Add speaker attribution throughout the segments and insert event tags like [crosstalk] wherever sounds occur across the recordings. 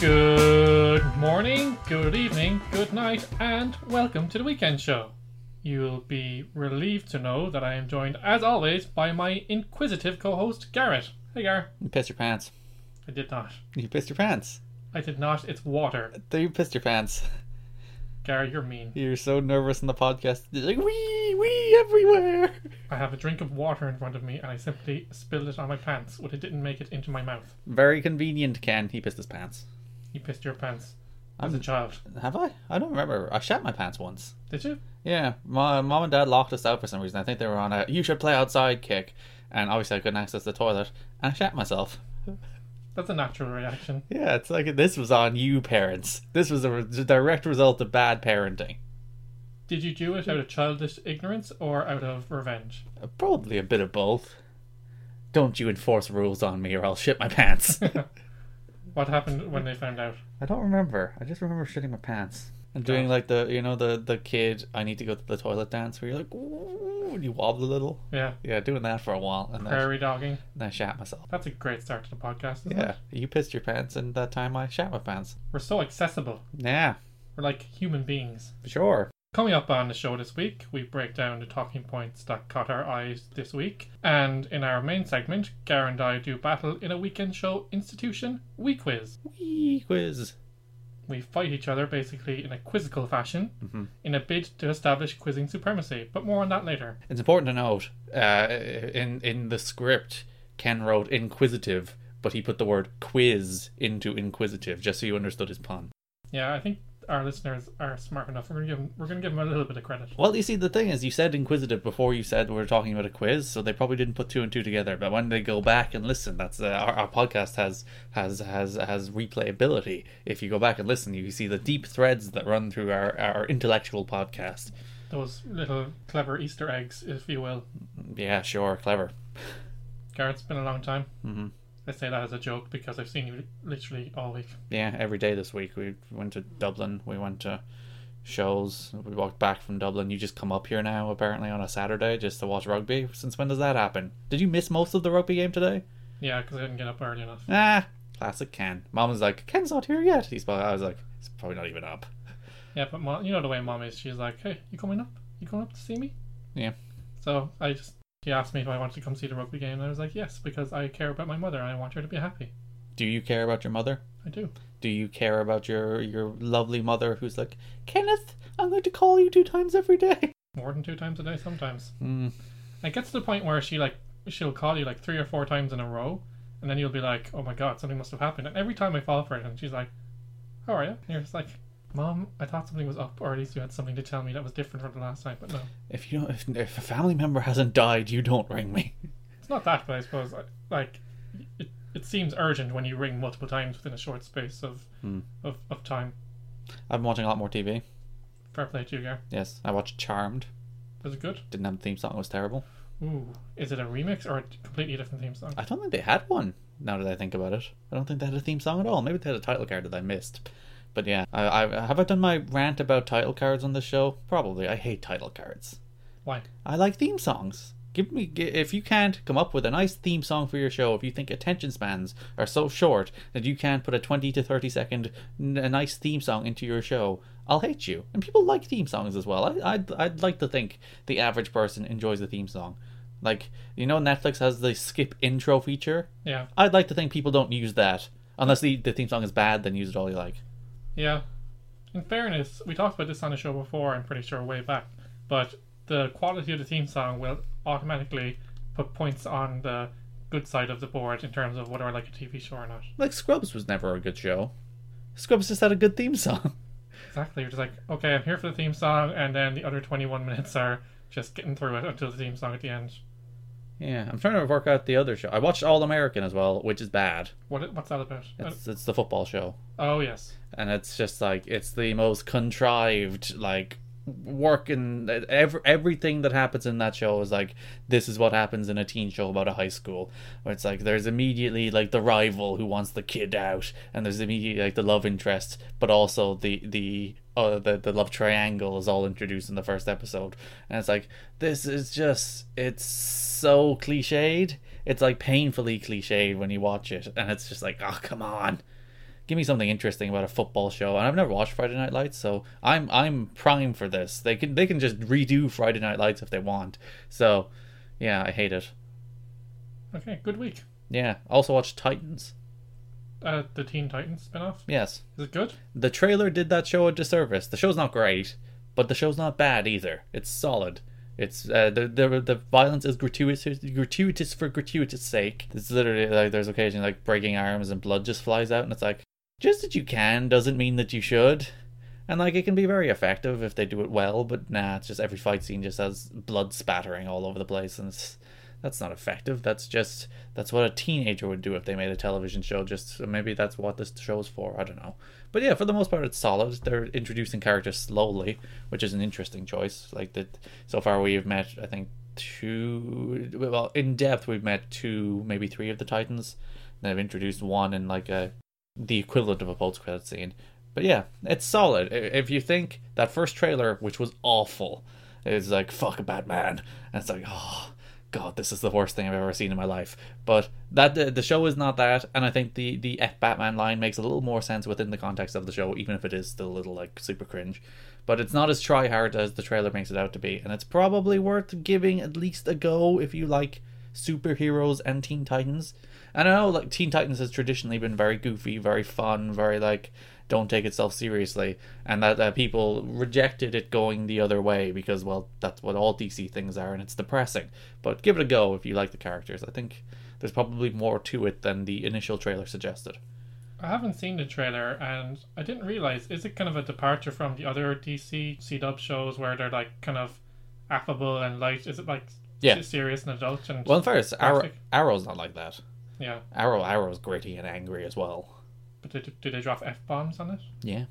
Speaker 1: Good morning, good evening, good night, and welcome to the weekend show. You'll be relieved to know that I am joined, as always, by my inquisitive co host, Garrett. Hey, Gar.
Speaker 2: You pissed your pants.
Speaker 1: I did not.
Speaker 2: You pissed your pants.
Speaker 1: I did not. It's water.
Speaker 2: There, You pissed your pants.
Speaker 1: Gar, you're mean.
Speaker 2: You're so nervous in the podcast. You're like wee wee everywhere.
Speaker 1: I have a drink of water in front of me, and I simply spilled it on my pants, but it didn't make it into my mouth.
Speaker 2: Very convenient, Ken. He pissed his pants.
Speaker 1: You pissed your pants as a
Speaker 2: I'm-
Speaker 1: child.
Speaker 2: Have I? I don't remember. I shat my pants once.
Speaker 1: Did you?
Speaker 2: Yeah, my mom and dad locked us out for some reason. I think they were on a "you should play outside" kick, and obviously I couldn't access the toilet, and I shat myself.
Speaker 1: That's a natural reaction.
Speaker 2: Yeah, it's like this was on you, parents. This was a re- direct result of bad parenting.
Speaker 1: Did you do it out of childish ignorance or out of revenge? [laughs]
Speaker 2: Probably a bit of both. Don't you enforce rules on me, or I'll shit my pants. [laughs]
Speaker 1: What happened when they found out?
Speaker 2: I don't remember. I just remember shitting my pants. And doing
Speaker 1: Oh.
Speaker 2: like the you know the the kid I need to go to the toilet dance where you're like Ooh, and you wobble a little.
Speaker 1: Yeah,
Speaker 2: Yeah, doing that for a while and then,
Speaker 1: prairie dogging.
Speaker 2: then I shat myself.
Speaker 1: That's a great start to the podcast, isn't
Speaker 2: Yeah,
Speaker 1: it?
Speaker 2: you pissed your pants and that time I shat my pants.
Speaker 1: We're so accessible.
Speaker 2: Yeah,
Speaker 1: We're like human beings.
Speaker 2: sure.
Speaker 1: Coming up on the show this week, we break down the talking points that caught our eyes this week. And in our main segment, Gar and I do battle in a weekend show institution, We Quiz.
Speaker 2: Wee quiz.
Speaker 1: We fight each other basically in a quizzical fashion
Speaker 2: Mhm.
Speaker 1: in a bid to establish quizzing supremacy, but more on that later.
Speaker 2: It's important to note uh, in in the script Ken wrote inquisitive, but he put the word quiz into inquisitive just so you understood his pun.
Speaker 1: Yeah, I think our listeners are smart enough. We're gonna give them, we're gonna give them a little bit of credit.
Speaker 2: Well, you see, the thing is, you said inquisitive before you said we were talking about a quiz, so they probably didn't put two and two together. But when they go back and listen, that's uh, our, our podcast has has has has replayability. If you go back and listen, you see the deep threads that run through our our intellectual podcast.
Speaker 1: Those little clever Easter eggs, if you will.
Speaker 2: Yeah, sure, clever.
Speaker 1: Garrett, it's been a long time.
Speaker 2: Mhm.
Speaker 1: I say that as a joke because I've seen you literally all week.
Speaker 2: Yeah, every day this week we went to Dublin. We went to shows. We walked back from Dublin. You just come up here now, apparently on a Saturday, just to watch rugby. Since when does that happen? Did you miss most of the rugby game today?
Speaker 1: Yeah, because I didn't get up early enough.
Speaker 2: Ah, classic Ken. Mom was like, Ken's not here yet. He's probably, I was like, he's probably not even up.
Speaker 1: Yeah, but mom, you know the way mom is. She's like, "Hey, you coming up? You coming up to see me?"
Speaker 2: Yeah.
Speaker 1: So I just she asked me if I wanted to come see the rugby game, and I was like, "Yes," because I care about my mother and I want her to be happy.
Speaker 2: Do you care about your mother?
Speaker 1: I do.
Speaker 2: Do you care about your your lovely mother who's like, Kenneth, I'm going to call you two times every day? [laughs]
Speaker 1: More than two times a day sometimes.
Speaker 2: Hmm.
Speaker 1: It gets to the point where she like she'll call you like three or four times in a row, and then you'll be like, "Oh my god, something must have happened." And every time I fall for it, and she's like, "How are you?" And you're just like, "Mom, I thought something was up, or at least you had something to tell me that was different from the last time." But no,
Speaker 2: If you don't, if, if a family member hasn't died, you don't ring me. [laughs]
Speaker 1: it's not that. But I suppose uh, like it, it seems urgent when you ring multiple times within a short space of
Speaker 2: Hmm.
Speaker 1: of, of time.
Speaker 2: I've been watching a lot more TV.
Speaker 1: Fair play to you, Gar.
Speaker 2: Yes, I watched Charmed.
Speaker 1: Was it good?
Speaker 2: Didn't have the theme song. It was terrible.
Speaker 1: Ooh, is it a remix or a completely different theme song?
Speaker 2: I don't think they had one. Now that I think about it, I don't think they had a theme song at all. Maybe they had a title card that I missed. But yeah, I, I have I done my rant about title cards on this show? Probably. I hate title cards.
Speaker 1: Why?
Speaker 2: I like theme songs. Give me gi- if you can't come up with a nice theme song for your show. If you think attention spans are so short that you can't put a twenty to thirty second n- a nice theme song into your show, I'll hate you. And people like theme songs as well. I, I'd I'd like to think the average person enjoys a theme song. Like you know, Netflix has the skip intro feature.
Speaker 1: Yeah,
Speaker 2: I'd like to think people don't use that unless the the theme song is bad. Then use it all you like.
Speaker 1: yeah. In fairness, we talked about this on the show before. I'm pretty sure way back, but the quality of the theme song will automatically put points on the good side of the board in terms of whether I like a TV show or not.
Speaker 2: Like Scrubs was never a good show. Scrubs just had a good theme [laughs] song.
Speaker 1: Exactly. You're just like, okay, I'm here for the theme song, and then the other 21 minutes are just getting through it until the theme song at the end.
Speaker 2: Yeah, I'm trying to work out the other show. I watched All American as well, which is bad.
Speaker 1: What? What's that about? Uh,
Speaker 2: It's it's the football show,
Speaker 1: oh yes.
Speaker 2: and it's just like it's the most contrived like work and every, everything that happens in that show is like this is what happens in a teen show about a high school where it's like there's immediately like the rival who wants the kid out and there's immediately like the love interest but also the the uh, the, the love triangle is all introduced in the first episode and it's like this is just it's so cliched it's like painfully cliched when you watch it and it's just like oh come on give me something interesting about a football show. And I've never watched Friday Night Lights, so I'm I'm prime for this. They can they can just redo Friday Night Lights if they want. So, yeah, I hate it.
Speaker 1: Okay, good week.
Speaker 2: Yeah. Also watch Titans.
Speaker 1: Uh, the Teen Titans spin-off.
Speaker 2: Yes.
Speaker 1: Is it good?
Speaker 2: The trailer did that show a disservice. The show's not great, but the show's not bad either. It's solid. It's uh, the, the the violence is gratuitous gratuitous for gratuitous sake. It's literally like there's occasionally like breaking arms and blood just flies out, and it's like just that you can doesn't mean that you should. And like it can be very effective if they do it well, but nah, it's just every fight scene just has blood spattering all over the place, and it's, that's not effective. That's just that's what a teenager would do if they made a television show. Just so maybe that's what this show's for. I don't know. But yeah, for the most part, it's solid. They're introducing characters slowly, which is an interesting choice. Like that, so far we've met I think two. Well, in depth we've met two, maybe three of the Titans. And they've introduced one in like a the equivalent of a post credit scene. But yeah, it's solid. I- If you think that first trailer, which was awful, is like fuck Batman, and it's like oh god, this is the worst thing I've ever seen in my life. But that the, the show is not that, and I think the the F Batman line makes a little more sense within the context of the show, even if it is still a little like super cringe. But it's not as try hard as the trailer makes it out to be, and it's probably worth giving at least a go if you like superheroes and Teen Titans. And I know like Teen Titans has traditionally been very goofy, very fun, very like don't take itself seriously, and that uh, people rejected it going the other way because well that's what all DC things are and it's depressing. But give it a go if you like the characters. I think there's probably more to it than the initial trailer suggested.
Speaker 1: I haven't seen the trailer, and I didn't realize. Is it kind of a departure from the other DC C Dub shows where they're like kind of affable and light? Is it like
Speaker 2: Yeah.
Speaker 1: s- serious and adult? And
Speaker 2: Well, first Arrow,
Speaker 1: Graphic.
Speaker 2: Arrow's not like that.
Speaker 1: yeah,
Speaker 2: Arrow Arrow's gritty and angry as well.
Speaker 1: but did, did they drop f bombs on it?
Speaker 2: Yeah.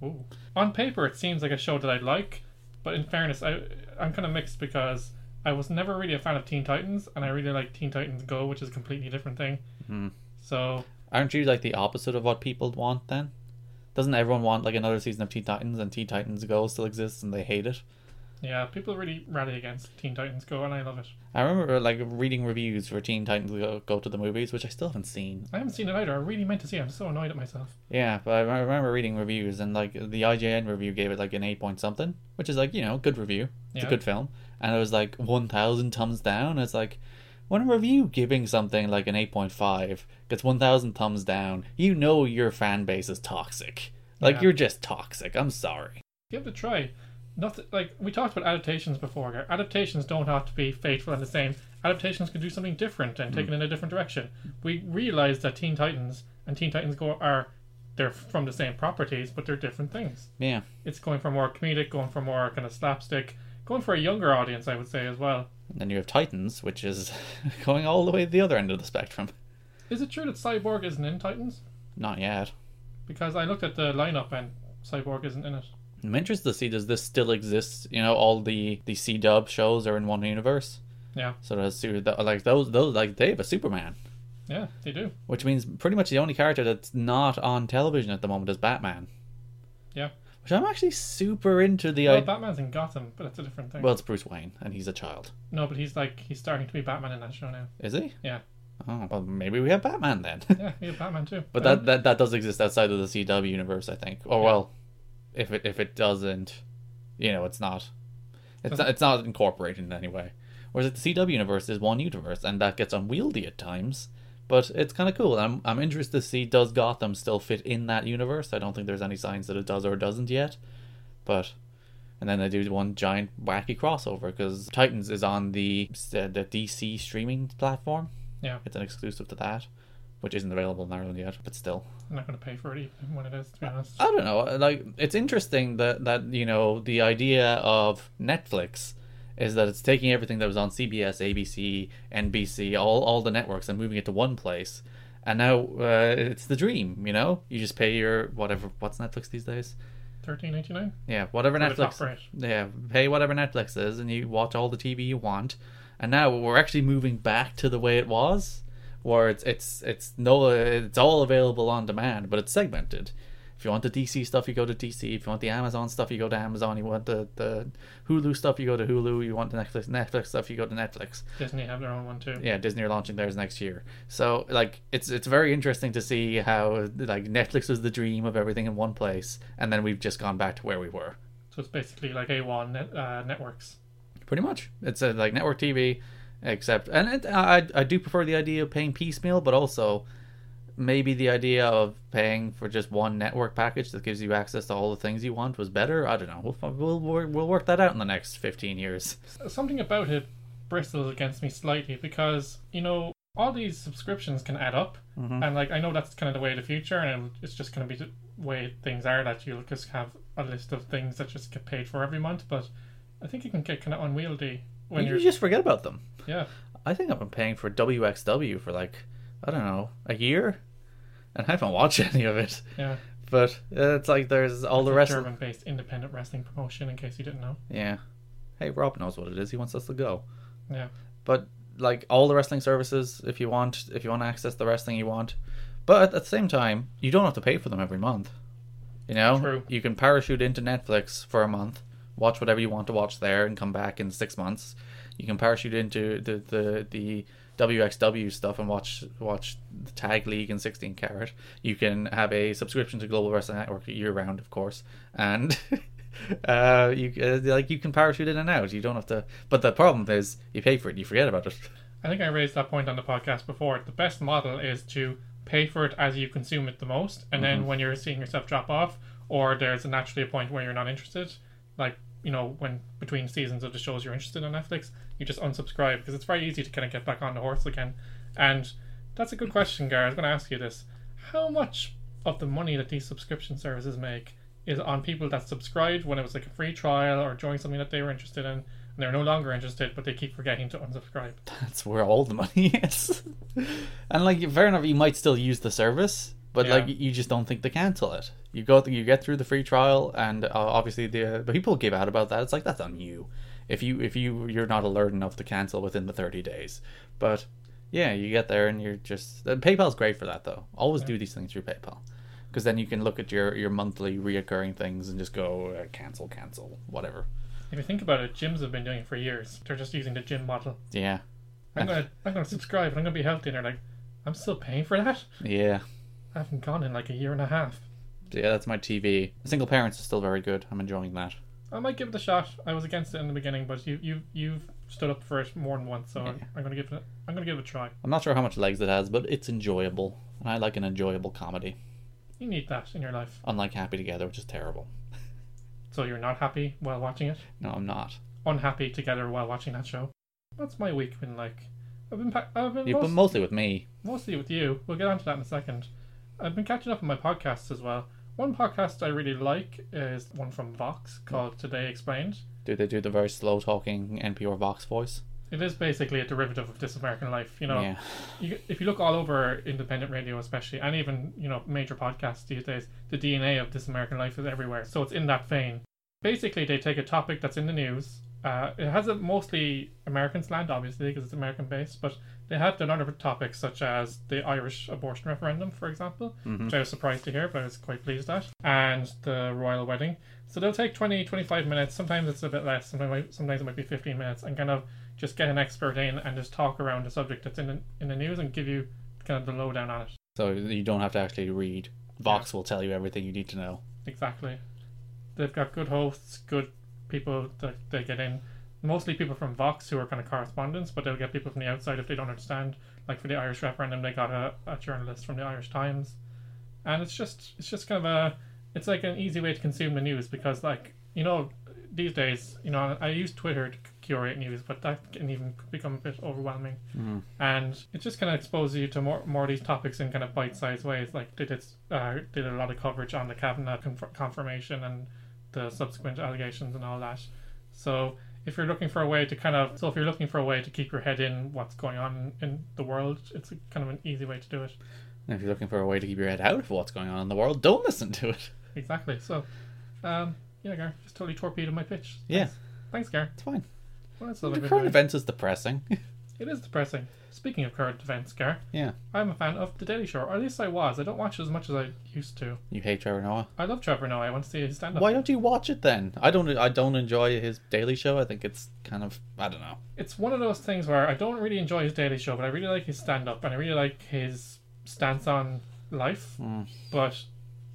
Speaker 1: Ooh. On paper, it seems like a show that I'd like, but in fairness, I I'm kind of mixed because I was never really a fan of Teen Titans, and I really like Teen Titans Go, which is a completely different thing.
Speaker 2: Mhm.
Speaker 1: So
Speaker 2: Aren't you like the opposite of what people want then? Doesn't everyone want like another season of Teen Titans and Teen Titans Go still exists and they hate it?
Speaker 1: yeah, people really rally against Teen Titans Go, and I love it.
Speaker 2: I remember like reading reviews for Teen Titans Go, Go to the movies, which I still haven't seen.
Speaker 1: I haven't seen it either. I really meant to see. it. I'm so annoyed at myself.
Speaker 2: Yeah, but I re- remember reading reviews and like the IGN review gave it like an eight point something, which is like you know good review. It's
Speaker 1: Yeah.
Speaker 2: a good film, and it was like one thousand thumbs down. It's like when a review giving something like an eight point five gets one thousand thumbs down, you know your fan base is toxic. Like
Speaker 1: Yeah.
Speaker 2: you're just toxic. I'm sorry.
Speaker 1: give it a try. Not that- like we talked about adaptations before. Gar. Adaptations don't have to be faithful and the same. Adaptations can do something different and take it in a different direction. We realized that Teen Titans and Teen Titans Go are they're from the same properties, but they're different things.
Speaker 2: Yeah.
Speaker 1: It's going for more comedic, going for more kind of slapstick, going for a younger audience, I would say as well.
Speaker 2: And then you have Titans, which is [laughs] going all the way to the other end of the spectrum.
Speaker 1: Is it true that Cyborg isn't in Titans?
Speaker 2: Not yet.
Speaker 1: Because I looked at the lineup and Cyborg isn't in it.
Speaker 2: I'm interested to see does this still exist? You know, all the the C dub shows are in one universe.
Speaker 1: Yeah.
Speaker 2: So that's su- th- like those those like they have a Superman,
Speaker 1: Yeah, they do.
Speaker 2: which means pretty much the only character that's not on television at the moment is Batman.
Speaker 1: Yeah.
Speaker 2: Which I'm actually super into the
Speaker 1: Well,
Speaker 2: idea.
Speaker 1: Batman's in Gotham, but that's a different thing.
Speaker 2: well, it's Bruce Wayne, and he's a child,
Speaker 1: no, but he's like he's starting to be Batman in that show now.
Speaker 2: is he?
Speaker 1: Yeah.
Speaker 2: Oh, well, maybe we have Batman then. [laughs]
Speaker 1: Yeah, yeah, Batman too. Um,
Speaker 2: but that, that that does exist outside of the CW universe, I think. Or well, if it if it doesn't, you know, it's not. It's not, it's not incorporated in any way. Whereas the CW universe is one universe, and that gets unwieldy at times. But it's kind of cool. I'm I'm interested to see does Gotham still fit in that universe. I don't think there's any signs that it does or doesn't yet. But and then they do one giant wacky crossover because Titans is on the uh, the DC streaming platform.
Speaker 1: Yeah.
Speaker 2: it's an exclusive to that, which isn't available in Ireland yet. But still,
Speaker 1: I'm not going to pay for it even when it is, to be honest.
Speaker 2: I don't know. Like it's interesting that that you know the idea of Netflix is that it's taking everything that was on CBS, ABC, NBC, all all the networks, and moving it to one place. And now uh, it's the dream, you know. You just pay your whatever. What's Netflix these days?
Speaker 1: Thirteen eighty nine.
Speaker 2: Yeah, whatever
Speaker 1: For the top
Speaker 2: Netflix.
Speaker 1: rate.
Speaker 2: Yeah, pay whatever Netflix is, and you watch all the TV you want. And now we're actually moving back to the way it was, where it's it's it's no, it's all available on demand, but it's segmented. If you want the DC stuff, you go to DC. If you want the Amazon stuff, you go to Amazon. You want the, the Hulu stuff, you go to Hulu. You want the Netflix Netflix stuff, you go to Netflix.
Speaker 1: Disney have their own one too.
Speaker 2: Yeah, Disney are launching theirs next year. So like it's it's very interesting to see how like Netflix was the dream of everything in one place, and then we've just gone back to where we were.
Speaker 1: So it's basically like A1 net, uh, networks.
Speaker 2: Pretty much, it's a, like network TV, except and it, I I do prefer the idea of paying piecemeal, but also maybe the idea of paying for just one network package that gives you access to all the things you want was better. I don't know. We'll we'll we'll, we'll work that out in the next fifteen years.
Speaker 1: Something about it bristles against me slightly because you know all these subscriptions can add up,
Speaker 2: Mm-hmm.
Speaker 1: and like I know that's kind of the way of the future, and it'll- it's just going to be the way things are that you'll just have a list of things that just get paid for every month. But I think it can get kind of unwieldy when
Speaker 2: you
Speaker 1: you're
Speaker 2: just forget about them.
Speaker 1: yeah.
Speaker 2: I think I've been paying for WXW for like I don't know a year, and I haven't watched [laughs] any of it.
Speaker 1: Yeah,
Speaker 2: But uh, it's like there's all the rest. Of,
Speaker 1: German-based independent wrestling promotion. In case you didn't know,
Speaker 2: yeah. Hey, Rob knows what it is. He wants us to go.
Speaker 1: yeah,
Speaker 2: But like all the wrestling services, if you want, if you want to access the wrestling you want, but at the same time, you don't have to pay for them every month. You know,
Speaker 1: True.
Speaker 2: you can parachute into Netflix for a month, watch whatever you want to watch there, and come back in six months. You can parachute into the the the WXW stuff and watch watch the Tag League and 16 Carat. You can have a subscription to Global Wrestling Network year round, of course, and [laughs] uh, you uh, like you can parachute in and out. You don't have to. But the problem is, you pay for it, you forget about it.
Speaker 1: I think I raised that point on the podcast before. The best model is to pay for it as you consume it the most, and then when you're seeing yourself drop off, or there's naturally a point where you're not interested, like you know when between seasons of the shows you're interested on Netflix, you just unsubscribe because it's very easy to kind of get back on the horse again. And that's a good question, Gar. I was going to ask you this: How much of the money that these subscription services make is on people that subscribed when it was like a free trial or joined something that they were interested in, and they're no longer interested, but they keep forgetting to unsubscribe?
Speaker 2: That's where all the money [laughs] is. and like, fair enough, you might still use the service, but
Speaker 1: Yeah.
Speaker 2: like, you just don't think to cancel it. You go, th- you get through the free trial, and uh, obviously the uh, but people give out about that. It's like that's on you. If you if you you're not alert enough to cancel within the thirty days, but yeah, you get there and you're just uh, PayPal's great for that though. Always do these things through PayPal. Because then you can look at your, your monthly reoccurring things and just go uh, cancel, cancel, whatever.
Speaker 1: If you think about it, gyms have been doing it for years. They're just using the gym model.
Speaker 2: Yeah,
Speaker 1: I'm gonna, I'm gonna subscribe and I'm gonna be healthy. And they're like, I'm still paying for that.
Speaker 2: yeah.
Speaker 1: I haven't gone in like a year and a half.
Speaker 2: Yeah, that's my TV. Single parents is still very good. I'm enjoying that.
Speaker 1: I might give it a shot. I was against it in the beginning, but you, you, you've stood up for it more than once, so I'm, I'm gonna give it, I'm gonna give it a try.
Speaker 2: I'm not sure how much legs it has, but it's enjoyable. And I like an enjoyable comedy,
Speaker 1: You need that in your life.
Speaker 2: unlike Happy Together, which is terrible.
Speaker 1: So you're not happy while watching it,
Speaker 2: No, I'm not.
Speaker 1: unhappy together while watching that show. What's my week been like? I've been, pa- I've been
Speaker 2: Yeah, but
Speaker 1: most-
Speaker 2: mostly with me.
Speaker 1: mostly with you. We'll get onto that in a second. I've been catching up on my podcasts as well. One podcast I really like is one from Vox called Today Explained.
Speaker 2: Do they do the very slow talking NPR Vox voice?
Speaker 1: It is basically a derivative of This American Life. You know,
Speaker 2: Yeah.
Speaker 1: you, if you look all over independent radio, especially, and even you know major podcasts these days, the DNA of This American Life is everywhere. So it's in that vein. Basically, they take a topic that's in the news. Uh, it has a mostly American slant, obviously, because it's American based, but they have done other topics such as the Irish abortion referendum, for example,
Speaker 2: Mm-hmm.
Speaker 1: which I was surprised to hear, but I was quite pleased at, and the royal wedding. So they'll take 20, 25 minutes. Sometimes it's a bit less. Sometimes, sometimes it might be 15 minutes, and kind of just get an expert in and just talk around the subject that's in the, in the news and give you kind of the lowdown on it.
Speaker 2: So you don't have to actually read. Vox will tell you everything you need to know.
Speaker 1: Exactly. They've got good hosts, good people that they get in. Mostly people from Vox who are kind of correspondents, but they'll get people from the outside if they don't understand. Like for the Irish referendum, they got a, a journalist from the Irish Times, and it's just it's just kind of a it's like an easy way to consume the news because like you know these days you know I use Twitter to curate news, but that can even become a bit overwhelming, and it just kind of exposes you to more more of these topics in kind of bite-sized ways. Like they did uh, did a lot of coverage on the Kavanaugh conf- confirmation and the subsequent allegations and all that. So if you're looking for a way to kind of so if you're looking for a way to keep your head in what's going on in the world, it's a, kind of an easy way to do it.
Speaker 2: And if you're looking for a way to keep your head out of what's going on in the world, don't listen to it.
Speaker 1: Exactly. So, um, yeah, Gar, just totally torpedoed my pitch.
Speaker 2: Yeah,
Speaker 1: Thanks, Gar.
Speaker 2: it's fine.
Speaker 1: What else have I
Speaker 2: The
Speaker 1: been
Speaker 2: current
Speaker 1: doing?
Speaker 2: events is depressing. [laughs]
Speaker 1: It is depressing. Speaking of current events, Gar,
Speaker 2: Yeah.
Speaker 1: I'm a fan of The Daily Show, or at least I was. I don't watch it as much as I used to.
Speaker 2: You hate Trevor Noah.
Speaker 1: I love Trevor Noah. I want to see his stand up.
Speaker 2: Why don't you watch it then? I don't. I don't enjoy his Daily Show. I think it's kind of. I don't know.
Speaker 1: It's one of those things where I don't really enjoy his Daily Show, but I really like his stand up and I really like his stance on life.
Speaker 2: Mm.
Speaker 1: But